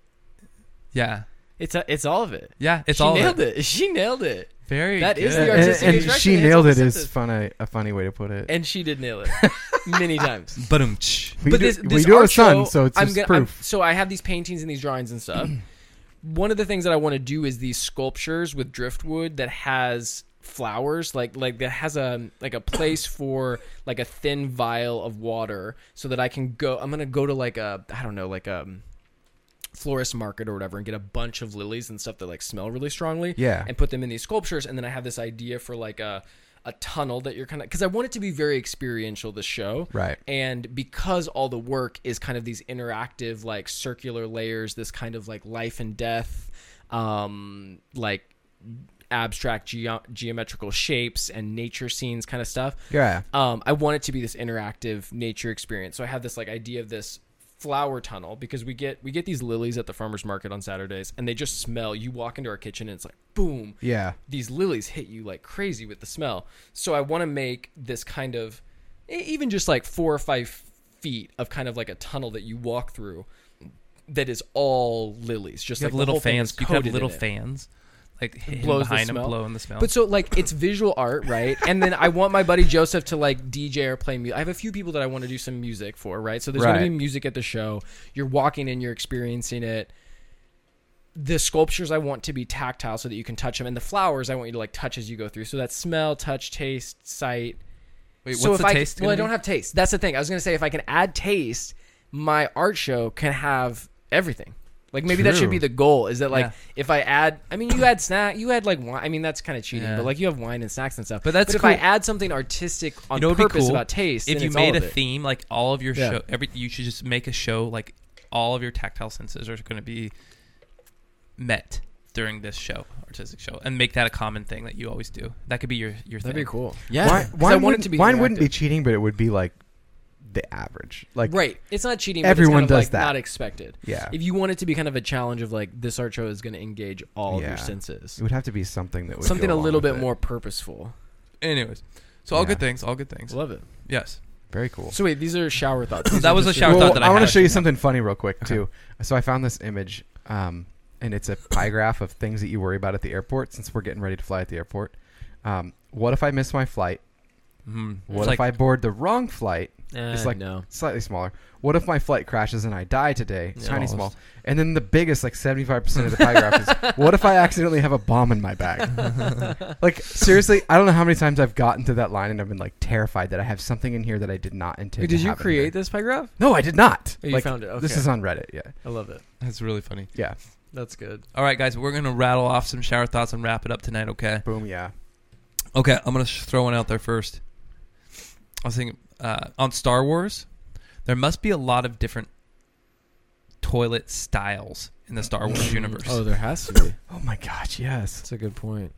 S2: Yeah,
S3: It's a, it's all of it.
S2: yeah. It's
S3: she
S2: all of
S3: nailed
S2: it.
S3: it. She nailed it,
S2: Very.
S3: That
S2: good.
S3: is
S1: and,
S3: the artistic
S1: and
S3: expression
S1: she
S3: is
S1: nailed it is
S3: synthesis.
S1: funny, a funny way to put it.
S3: and she did nail it many times.
S2: Ba-dum.
S1: we
S3: but
S1: do,
S3: this, this
S1: we do
S3: art
S1: our son,
S3: show,
S1: so it's
S3: I'm
S1: just
S3: gonna- I'm-
S1: proof.
S3: so I have these paintings and these drawings and stuff. One of the things that I want to do is these sculptures with driftwood that has flowers like like that has a like a place for like a thin vial of water so that I can go I'm going to go to like a I don't know like a florist market or whatever and get a bunch of lilies and stuff that like smell really strongly
S1: Yeah.
S3: and put them in these sculptures and then i have this idea for like a a tunnel that you're kind of because i want it to be very experiential the show
S1: Right.
S3: and because all the work is kind of these interactive like circular layers this kind of like life and death um like abstract geo geometrical shapes and nature scenes kind of stuff
S1: yeah.
S3: um, I want it to be this interactive nature experience. So I have this like idea of this flower tunnel because we get we get these lilies at the farmers market on Saturdays and they just smell. You walk into our kitchen and it's like boom,
S1: Yeah.
S3: these lilies hit you like crazy with the smell. So I want to make this kind of e- even just like four or five feet of kind of like a tunnel that you walk through that is all lilies. Just
S2: You have
S3: like the
S2: little
S3: whole thing
S2: fans.
S3: is
S2: You could have
S3: coated in
S2: little
S3: it.
S2: fans, like hidden
S3: blows the
S2: behind them,
S3: smell.
S2: blowing the smell.
S3: But so like it's visual art, right? And then I want my buddy Joseph to like DJ or play music. I have a few people that I want to do some music for, right? So there's gonna be
S1: Right.
S3: music at the show. You're walking in, you're experiencing it. The sculptures I want to be tactile so that you can touch them, and the flowers I want you to like touch as you go through. So that's smell, touch, taste, sight.
S2: Wait,
S3: so
S2: what's
S3: if
S2: the
S3: I
S2: taste?
S3: well,
S2: gonna
S3: I don't
S2: be?
S3: have taste. That's the thing. I was gonna say if I can add taste, my art show can have everything. Like maybe that
S1: True.
S3: should be the goal. Is that like
S2: Yeah.
S3: if I add? I mean, you add snack. You add like wine. I mean, that's kind of cheating.
S2: Yeah.
S3: But like you have wine and snacks and stuff.
S2: But that's
S3: if
S2: cool.
S3: I add something artistic on
S2: You know, what'd be
S3: purpose
S2: cool
S3: about taste.
S2: If
S3: then
S2: you
S3: it's
S2: made
S3: all
S2: a
S3: of it.
S2: theme, like all of your
S3: Yeah.
S2: show, every you should just make a show like all of your tactile senses are going to be met during this show, artistic show, and make that a common thing that you always do. That could be your your
S3: that'd
S2: thing.
S3: be cool. Yeah,
S1: Wine,
S3: 'Cause I
S1: wine,
S3: want
S1: wouldn't,
S3: it to be.
S1: wine wouldn't
S3: interactive.
S1: be cheating, but it would be like the average. Like
S3: right. It's not cheating. but
S1: Everyone
S3: it's kind of,
S1: does
S3: like,
S1: that.
S3: Not expected.
S1: Yeah.
S3: If you want it to be kind of a challenge of like this art show is going to engage all of
S1: Yeah.
S3: your senses,
S1: It would have to be something that would
S3: something
S1: go
S3: a
S1: along
S3: little
S1: with
S3: bit
S1: it.
S3: more purposeful.
S2: Anyways, so all
S1: Yeah.
S2: good things, all good things.
S3: Love it.
S2: Yes,
S1: Very cool.
S3: So wait, these are shower thoughts. These
S2: That
S3: are
S2: was
S3: just
S2: a
S3: your-
S2: shower
S1: Well,
S2: thought that I
S1: want
S2: had
S1: to show you
S2: actually.
S1: something funny real quick
S2: Okay.
S1: too. So I found this image um, and it's a pie graph of things that you worry about at the airport. Since we're getting ready to fly at the airport, um, what if I miss my flight?
S2: Mhm.
S1: What
S2: It's
S1: if I board the wrong flight? it's like
S3: Uh, no.
S1: slightly smaller. What if my flight crashes and I die today?
S2: Yeah.
S1: Tiny small.
S2: Smallest.
S1: And then the biggest, like seventy five percent of the pie graph is what if I accidentally have a bomb in my bag? like seriously, I don't know how many times I've gotten to that line and I've been like terrified that I have something in here that I did not intend.
S3: did
S1: to
S3: you
S1: have in
S3: create
S1: there.
S3: this pie graph?
S1: No, I did not.
S3: Oh, you
S1: like
S3: found it. Okay.
S1: this is on Reddit. Yeah,
S3: I love it.
S2: That's really funny.
S1: yeah.
S3: That's good.
S2: All right, guys, we're gonna rattle off some shower thoughts and wrap it up tonight. Okay.
S1: Boom. Yeah.
S2: Okay, I'm gonna sh- throw one out there first. I was thinking uh, on Star Wars, there must be a lot of different toilet styles in the Star Wars universe.
S3: Oh, there has to be.
S1: Oh my gosh. Yes.
S3: That's a good point.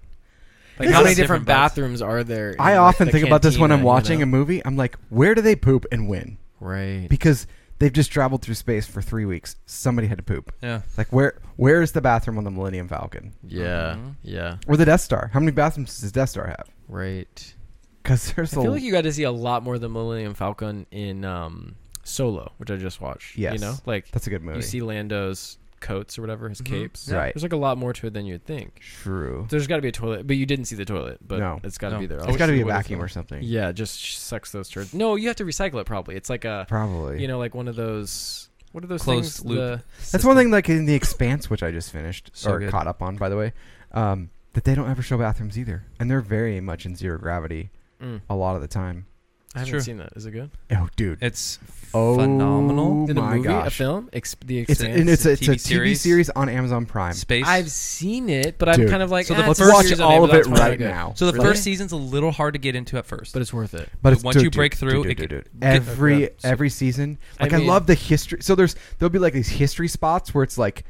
S2: Like,
S3: Like
S2: how
S3: how many
S2: many
S3: different
S2: different bugs?
S3: bathrooms are there? in,
S1: I
S3: like,
S1: often
S3: the
S1: think about this when
S3: cantina,
S1: I'm
S3: you
S1: watching
S3: know?
S1: a movie. I'm like, where do they poop and when?
S3: Right.
S1: Because they've just traveled through space for three weeks. Somebody had to poop.
S2: yeah.
S1: Like where where is the bathroom on the Millennium Falcon
S3: Yeah.
S2: Mhm.
S3: Yeah.
S1: or the Death Star? How many bathrooms does Death Star have?
S3: Right.
S1: Because there's
S3: I
S1: a
S3: feel like you got to see a lot more than Millennium Falcon in um, Solo, which I just watched.
S1: Yes.
S3: You know, like
S1: that's a good movie.
S3: you see Lando's coats or whatever, his
S2: Mhm.
S3: capes.
S1: Right.
S3: There's like a lot more to it than you'd think.
S1: True.
S3: There's got to be a toilet, but you didn't see the toilet. But
S1: No.
S3: it's got to
S2: No.
S3: be there.
S1: it's got to be a
S3: What is
S1: vacuum
S3: it?
S1: or something.
S3: Yeah, just sh- sucks those turds. No, you have to recycle it probably. It's like a,
S1: Probably.
S3: you know, like one of those. What are those
S2: Closed
S3: things?
S2: loop.
S3: The-
S1: that's one thing. Like in the Expanse, which I just finished
S2: So
S1: or
S2: good.
S1: caught up on, by the way, um, that they don't ever show bathrooms either, and they're very much in zero gravity
S3: Mm,
S1: a lot of the time.
S3: I haven't
S2: true.
S3: seen that. Is it good?
S1: Oh, dude.
S2: It's
S1: oh,
S2: phenomenal.
S3: In a
S1: my
S3: movie, a
S1: gosh.
S3: film, Ex- the
S1: It's
S3: expanse.
S1: and it's a,
S2: a
S1: it's a
S2: TV
S1: TV
S2: series.
S1: series. on Amazon Prime.
S2: Space.
S3: I've seen it, but I'm
S1: Dude.
S3: kind of like,
S2: So the
S3: "Ah,
S1: Let's
S3: it's a
S1: watch
S3: series
S1: all
S3: anime,
S1: of
S3: but
S1: it
S3: that's probably
S1: right
S3: good."
S1: now.
S2: so the
S3: Really?
S2: first season's a little hard to get into at first.
S3: but it's worth it.
S1: But
S2: But
S1: it's,
S2: once you break through, it could- get-
S1: every
S2: yeah. So-
S1: every season.
S3: I
S1: Like I,
S3: mean-
S1: love the history. So there's there'll be like these history spots where it's like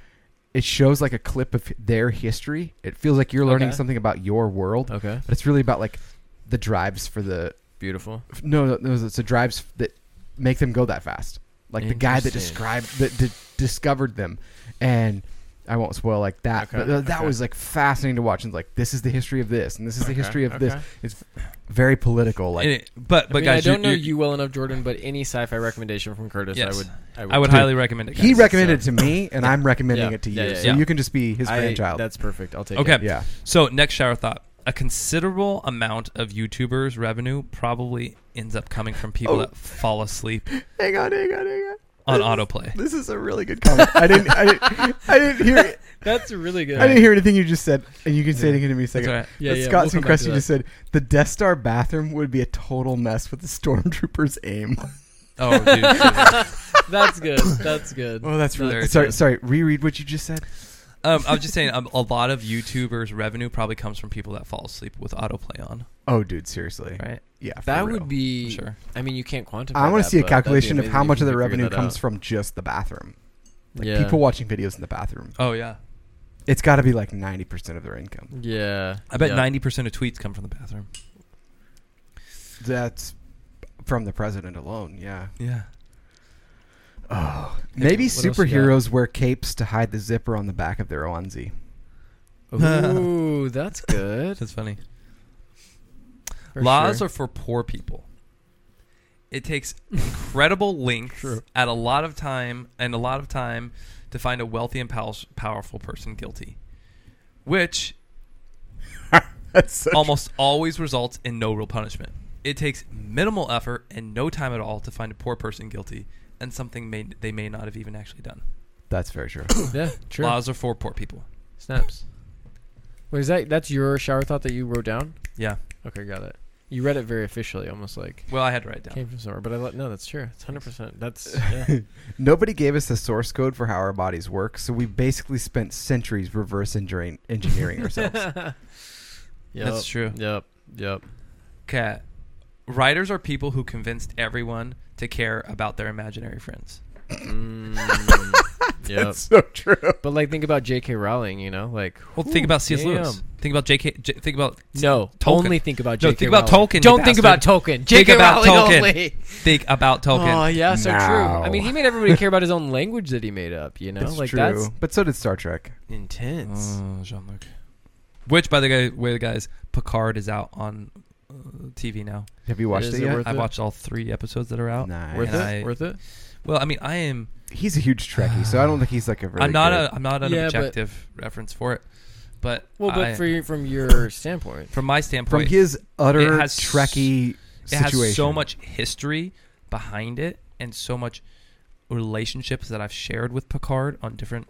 S1: it shows like a clip of their history. It feels like you're learning
S3: Okay.
S1: something about your world,
S3: Okay,
S1: but it's really about like the drives for the
S3: beautiful.
S1: no no, no it's the drives that make them go that fast. Like the guy that
S3: Interesting.
S1: described that d- discovered them, and I won't spoil like that.
S3: Okay,
S1: but th- that
S3: okay.
S1: was like fascinating to watch. And like this is the history of this, and this is the history of this.
S3: okay.
S1: It's very political. Like
S2: And it- but but
S3: I mean,
S2: guys,
S3: I
S2: you-
S3: don't know
S2: you-
S3: you well enough, Jordan, but any sci-fi recommendation from Curtis,
S2: Yes.
S3: I would, I would,
S2: I would
S1: Dude,
S2: highly recommend it.
S1: He
S2: guys.
S1: recommended
S3: so-
S1: it to me, and I'm recommending
S3: Yeah,
S1: it to you.
S3: yeah, yeah,
S1: so
S2: yeah.
S1: you can just be his
S3: I-
S1: grandchild.
S3: That's perfect. I'll take
S2: Okay.
S3: it.
S1: yeah.
S2: So next shower thought: a considerable amount of YouTubers' revenue probably ends up coming from people
S1: Oh.
S2: that fall asleep
S1: Hang on, hang on, hang on.
S2: on
S1: This is-
S2: autoplay.
S1: This is a really good comment. I didn't, I didn't, I didn't hear,
S3: That's really good.
S1: I didn't hear anything you just said, and you can say it again in a
S2: That's
S1: second.
S2: all right.
S3: Yeah,
S1: but
S3: yeah,
S1: Scott
S3: we'll come back to
S1: Simcrest, you
S3: that.
S1: just said the Death Star bathroom would be a total mess with the stormtrooper's aim.
S2: Oh, dude.
S3: That's good. That's good.
S1: Oh, that's
S2: There
S1: really
S2: it
S1: sorry.
S2: is.
S1: Sorry, reread what you just said.
S2: um, I was just saying, um, a lot of YouTubers' revenue probably comes from people that fall asleep with autoplay on.
S1: Oh, dude, seriously.
S2: Right?
S1: Yeah, for
S3: That
S1: real.
S3: would be.
S2: Sure.
S3: I mean, you can't quantify.
S1: I want
S3: want
S1: to see a calculation of how much of the revenue comes from just the bathroom. Like
S3: Yeah.
S1: people watching videos in the bathroom.
S2: Oh yeah.
S1: It's got to be like 90% of their income.
S3: Yeah,
S2: I bet
S3: yeah.
S2: ninety percent of tweets come from the bathroom.
S1: That's from the president alone, yeah.
S2: Yeah.
S1: Oh, maybe
S3: what else you got?
S1: superheroes wear capes to hide the zipper on the back of their onesie.
S3: Ooh, that's good.
S2: That's funny. Laws are for poor people. It takes incredible lengths
S3: True.
S2: at a lot of time and a lot of time to find a wealthy and pow- powerful person guilty, which
S1: That's so
S2: almost always results in no real punishment. It takes minimal effort and no time at all to find a poor person guilty and something may, they may not have even actually done.
S1: That's very true.
S3: yeah, true.
S2: Laws are for poor people.
S3: Snaps. Wait, is that that's your shower thought that you wrote down?
S2: Yeah.
S3: Okay, got it. You read it very officially, almost like
S2: Well, I had to write it down.
S3: came from somewhere. But I let no, that's true. It's hundred percent. That's yeah.
S1: Nobody gave us the source code for how our bodies work, so we basically spent centuries reverse engineering, engineering ourselves.
S3: Yep,
S2: That's true.
S3: Yep, yep.
S2: Okay. Writers are people who convinced everyone to care about their imaginary friends.
S3: Mm, yep.
S1: so true.
S3: But like, think about J.K. Rowling. You know, like
S2: Well,
S3: whew,
S2: think about C.S. Lewis.
S3: damn.
S2: Think about J.K. J, think about
S3: No,
S2: Tolkien.
S3: only think about
S2: No,
S3: J.K.
S2: think about
S3: Rowling.
S2: Tolkien, you
S3: Don't think about
S2: bastard.
S3: Tolkien.
S2: Think
S3: J.K.
S2: about
S3: Rowling
S2: Tolkien.
S3: only.
S2: think about Tolkien.
S3: Oh yeah, so true.
S1: No.
S3: I mean, he made everybody care about his own language that he made up. You know,
S1: That's
S3: like
S1: true.
S2: Mm.
S3: that's
S1: But so did Star Trek. Oh,
S3: intense.
S2: Jean-Luc. Which, by the guy- way, guys, Picard is out on uh, TV now.
S1: Have you watched
S5: Is
S1: it
S5: it
S1: yet?
S5: worth
S2: I've watched all three episodes that are out.
S1: Nice.
S5: Worth
S2: Mm. And
S5: it?
S2: I-
S5: Worth it?
S2: Well, I mean, I am.
S1: He's a huge Trekkie, so I don't think he's like a. Really
S2: I'm not
S1: good-
S2: a. I'm not an
S3: Yeah, but-
S2: objective reference for it, but
S3: Well, but
S2: I-
S3: for your, from your standpoint,
S2: from my standpoint,
S1: from his utter
S2: It has s-
S1: Trekkie
S2: it
S1: situation.
S2: has so much history behind it and so much relationships that I've shared with Picard on different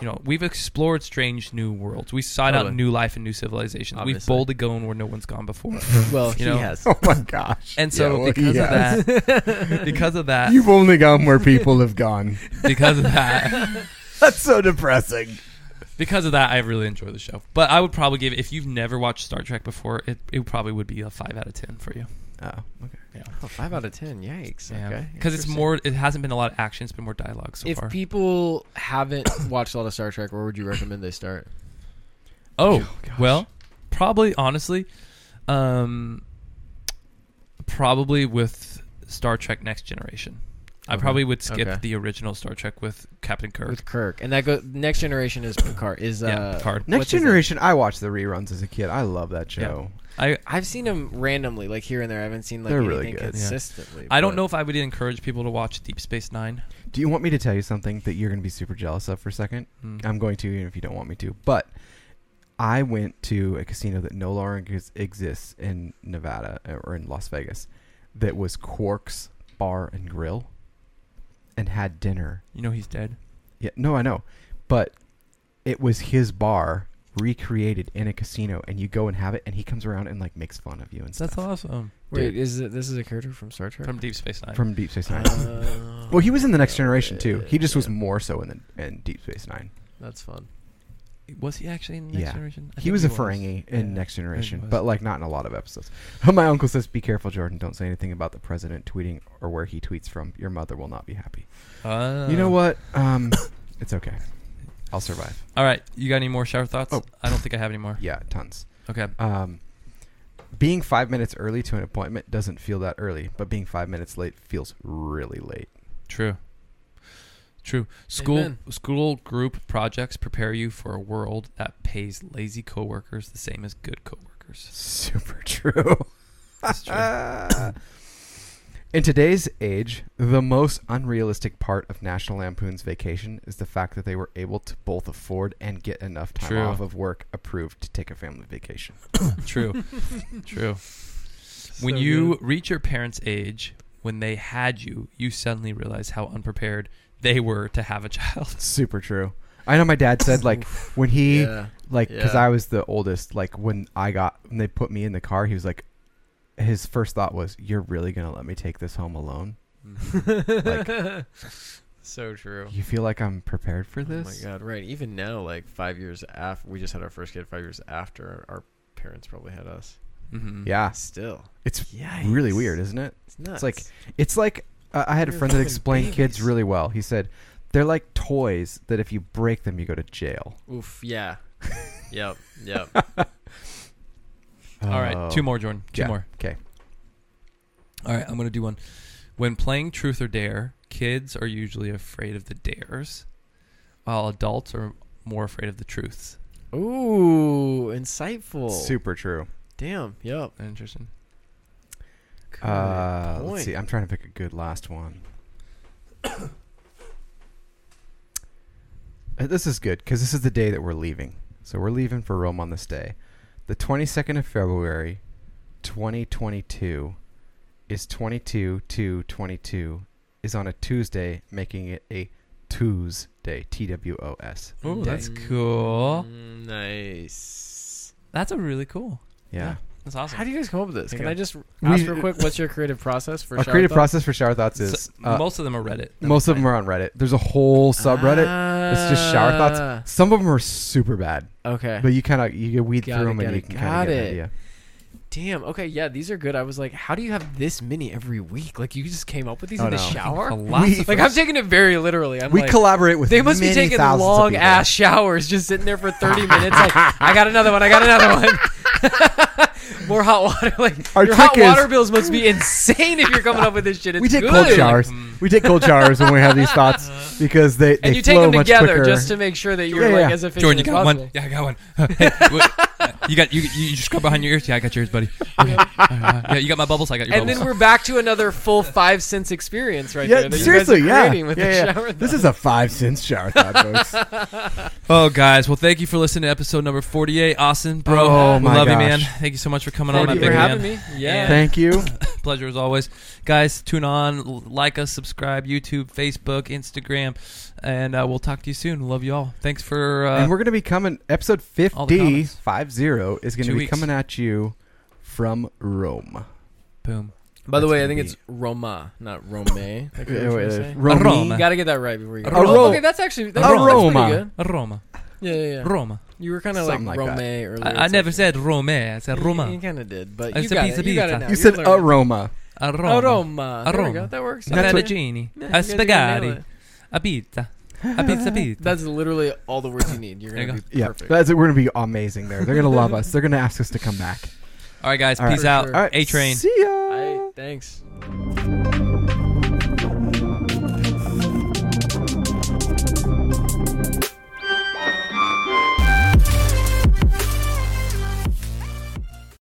S2: you know, we've explored strange new worlds. We sought out
S5: Totally.
S2: new life and new civilizations. We've
S5: Obviously.
S2: boldly gone where no one's gone before.
S3: well,
S2: You
S3: he
S2: know,
S3: has.
S1: Oh my gosh!
S2: And so because of that because of that
S1: You've only gone where people have gone.
S2: because of that
S1: That's so depressing.
S2: because of that I really enjoy the show. But I would probably give if you've never watched Star Trek before, it, it probably would be a five out of ten for you.
S1: Oh, okay.
S3: Oh, five out of ten. Yikes. Okay.
S2: Because it's
S3: Interesting.
S2: more it hasn't been a lot of action, it's been more dialogue so
S3: If
S2: far.
S3: people haven't watched a lot of Star Trek, where would you recommend they start?
S2: Oh,
S1: gosh.
S2: well, probably honestly, um, probably with Star Trek Next Generation. I
S3: Okay.
S2: probably would skip
S3: Okay.
S2: the original Star Trek with Captain Kirk.
S3: With Kirk, and that go next generation is Picard. Is uh,
S2: yeah, Picard.
S1: Next
S3: What's his name?
S1: Generation. I watched the reruns as a kid. I love that show.
S2: I
S3: I've seen them randomly, like here and there. I haven't seen like
S1: They're
S3: anything
S1: really good.
S2: Yeah.
S3: consistently.
S2: I don't
S3: but-
S2: know if I would encourage people to watch Deep Space Nine.
S1: Do you want me to tell you something that you're going to be super jealous of for a second?
S2: Mm.
S1: I'm going to, even if you don't want me to. But I went to a casino that no longer ex- exists in Nevada uh, or in Las Vegas that was Quark's Bar and Grill and had dinner.
S2: You know he's dead.
S1: Yeah, no, I know. But it was his bar recreated in a casino and you go and have it and he comes around and like makes fun of you and
S2: That's
S1: stuff
S2: awesome.
S3: Wait, is it, this is a character from Star Trek?
S2: From Deep Space Nine.
S1: from Deep Space Nine.
S3: Oh,
S1: well, he was in the Next Generation too. He just was
S3: yeah.
S1: more so in the in Deep Space Nine.
S3: That's fun.
S2: was he actually in Next
S1: Yeah.
S2: Generation? I
S1: he
S2: think
S1: was a Ferengi in
S2: Yeah.
S1: Next Generation,
S2: was.
S1: but like not in a lot of episodes. My uncle says, "Be careful, Jordan. Don't say anything about the president tweeting or where he tweets from. Your mother will not be happy."
S2: Ah.
S1: you know what? Um, it's okay. I'll survive.
S2: All right, you got any more shower thoughts?
S1: Oh.
S2: I don't think I have any more.
S1: Yeah, tons.
S2: Okay.
S1: Um, being five minutes early to an appointment doesn't feel that early, but being five minutes late feels really late.
S2: True. True. School
S3: Amen.
S2: school group projects prepare you for a world that pays lazy coworkers the same as good coworkers.
S1: Super true.
S2: That's true.
S1: Ah. In today's age, the most unrealistic part of National Lampoon's vacation is the fact that they were able to both afford and get enough time
S2: True.
S1: off of work approved to take a family vacation.
S2: True. True. when you reach your parents' age, when they had you, you suddenly realize how unprepared they were to have a child.
S1: Super true. I know my dad said like when he
S3: yeah.
S1: like because
S3: yeah.
S1: I was the oldest. Like when I got when they put me in the car, he was like, his first thought was, "You're really gonna let me take this home alone?
S3: so true.
S1: You feel like I'm prepared for
S3: Oh
S1: this?"
S3: my god! Right, even now, like five years after we just had our first kid, five years after our parents probably had us.
S2: Mhm.
S1: Yeah,
S3: Still,
S1: it's
S3: yeah,
S1: really weird, isn't it?
S3: It's nuts.
S1: Ah. like- It's like uh, I had a
S3: They're
S1: friend that
S3: fucking
S1: explained kids
S3: babies.
S1: really well. He said they're like toys that if you break them, you go to jail.
S3: oof, yeah, yep, yep.
S2: All right, two more, Jordan. Two
S1: Yeah.
S2: more.
S1: Okay.
S2: All right, I'm going to do one. When playing truth or dare, kids are usually afraid of the dares, while adults are more afraid of the truths.
S3: Ooh, insightful.
S1: Super true.
S3: Damn. Yep.
S2: Interesting.
S3: Good
S1: Uh,
S3: point.
S1: let's see. I'm trying to pick a good last one. Uh, this is good because this is the day that we're leaving. So we're leaving for Rome on this day. The 22nd of February, 2022, is 22 to 22, is on a Tuesday, making it a Tuesday. T W O S.
S2: Oh,
S3: Day.
S2: that's cool.
S3: Mm, Nice.
S2: That's a really cool.
S1: Yeah.
S2: That's awesome.
S3: How do you guys come up with this?
S2: Thank
S3: Can
S2: you.
S3: I just r-
S1: We-
S3: ask real quick? What's your creative process for
S1: Our
S3: shower
S1: creative
S3: thought?
S1: process for Shower Thoughts
S2: So-
S1: is uh, most,
S2: most of them are Reddit.
S1: of them are on Reddit. There's a whole subreddit. it's just shower
S3: Ah,
S1: thoughts. Some of them are super bad.
S3: Okay.
S1: But you kind of you can weed
S3: Got
S1: through
S3: it,
S1: them and
S3: got
S1: you
S3: it,
S1: can kind
S3: got
S1: of get an
S3: it.
S1: idea.
S3: Damn. Okay. Yeah, these are good. I was like, how do you have this many every week? Like, you just came up with these
S1: Oh,
S3: in the
S1: no.
S3: shower?
S2: Philosophers.
S3: Like, I'm taking it very literally. I'm
S1: we
S3: like,
S1: collaborate with.
S3: they must be
S1: many
S3: taking
S1: thousands of
S3: long
S1: people.
S3: ass showers, just sitting there for 30 minutes. Like, I got another one. I got another one. More hot water. Like,
S1: Our
S3: your hot
S1: trick is-
S3: water bills must be insane if you're coming up with this shit. It's
S1: We take
S3: good.
S1: cold showers.
S2: Mm.
S1: we take cold showers when we have these thoughts because they they
S3: and you
S1: flow
S3: take them
S1: much
S3: together
S1: quicker.
S3: just to make sure that you're
S1: Yeah,
S3: like
S1: yeah.
S3: as
S2: Jordan,
S3: efficient
S2: you got
S3: as possible.
S2: one. Yeah, I got one. Hey, what- you got you you just go behind your ears. Yeah, I got yours, buddy. Okay. Uh, yeah, you got my bubbles. I got your
S3: and
S2: bubbles.
S3: then we're back to another full five cents experience right there.
S1: yeah,
S3: that you guys
S1: seriously,
S3: are
S1: yeah.
S3: creating With
S1: Yeah,
S3: the
S1: yeah.
S3: shower
S1: This is a five cents shower thought, folks.
S2: oh, guys, well, thank you for listening to episode number forty-eight. Austin, bro,
S1: Oh,
S2: we
S1: my
S2: love you, man.
S1: gosh.
S2: Thank you so much for coming
S3: Thank
S2: on,
S3: you
S2: my
S3: for
S2: big man.
S3: having me. Yeah.
S1: Thank you.
S2: Pleasure as always, guys. Tune on, l- like us, subscribe, YouTube, Facebook, Instagram, and uh, we'll talk to you soon. Love you all. Thanks for uh,
S1: and we're going to be coming. Episode
S2: all the
S1: 50,
S2: comments.
S1: 50 is going to
S2: Two
S1: be
S2: weeks.
S1: coming at you from Rome.
S2: boom.
S3: By the
S1: That's
S3: way, I
S1: gonna
S3: think
S1: be-
S3: it's Roma, not Rome. like we were trying to say.
S1: Rome.
S2: Roma.
S3: You gotta get that right before you go.
S1: Aroma.
S3: Okay, that's actually that's, that's pretty
S1: Aroma.
S3: good.
S2: Roma,
S3: Yeah, yeah, yeah.
S2: Roma.
S3: You were kind of like,
S1: Something like
S3: Rome
S1: that.
S3: earlier.
S2: I, I
S3: It's
S2: never
S3: okay.
S2: said Rome. I said
S3: You- You,
S2: Roma.
S3: kind of did, but
S2: I
S3: you
S2: said
S3: got,
S2: pizza,
S3: it. you got it
S2: pizza.
S3: now.
S1: You said
S3: You're learning.
S1: aroma.
S2: A Roma.
S3: Aroma. There we
S2: Aroma.
S3: go. That works.
S2: A
S1: That's what- Eh,
S2: fettuccine.
S3: Yeah,
S2: a
S3: you guys are gonna nail
S2: spaghetti.
S3: it.
S2: A pizza. A pizza pizza.
S3: That's literally all the words you need. You're
S2: There you
S3: gonna be
S1: Yeah,
S3: perfect.
S1: that's, we're going to be amazing there. They're going to love us. They're going to ask us to come back.
S2: All right, guys.
S1: All right.
S2: peace out.
S3: For
S1: All right.
S2: A train.
S1: See ya.
S3: I, thanks.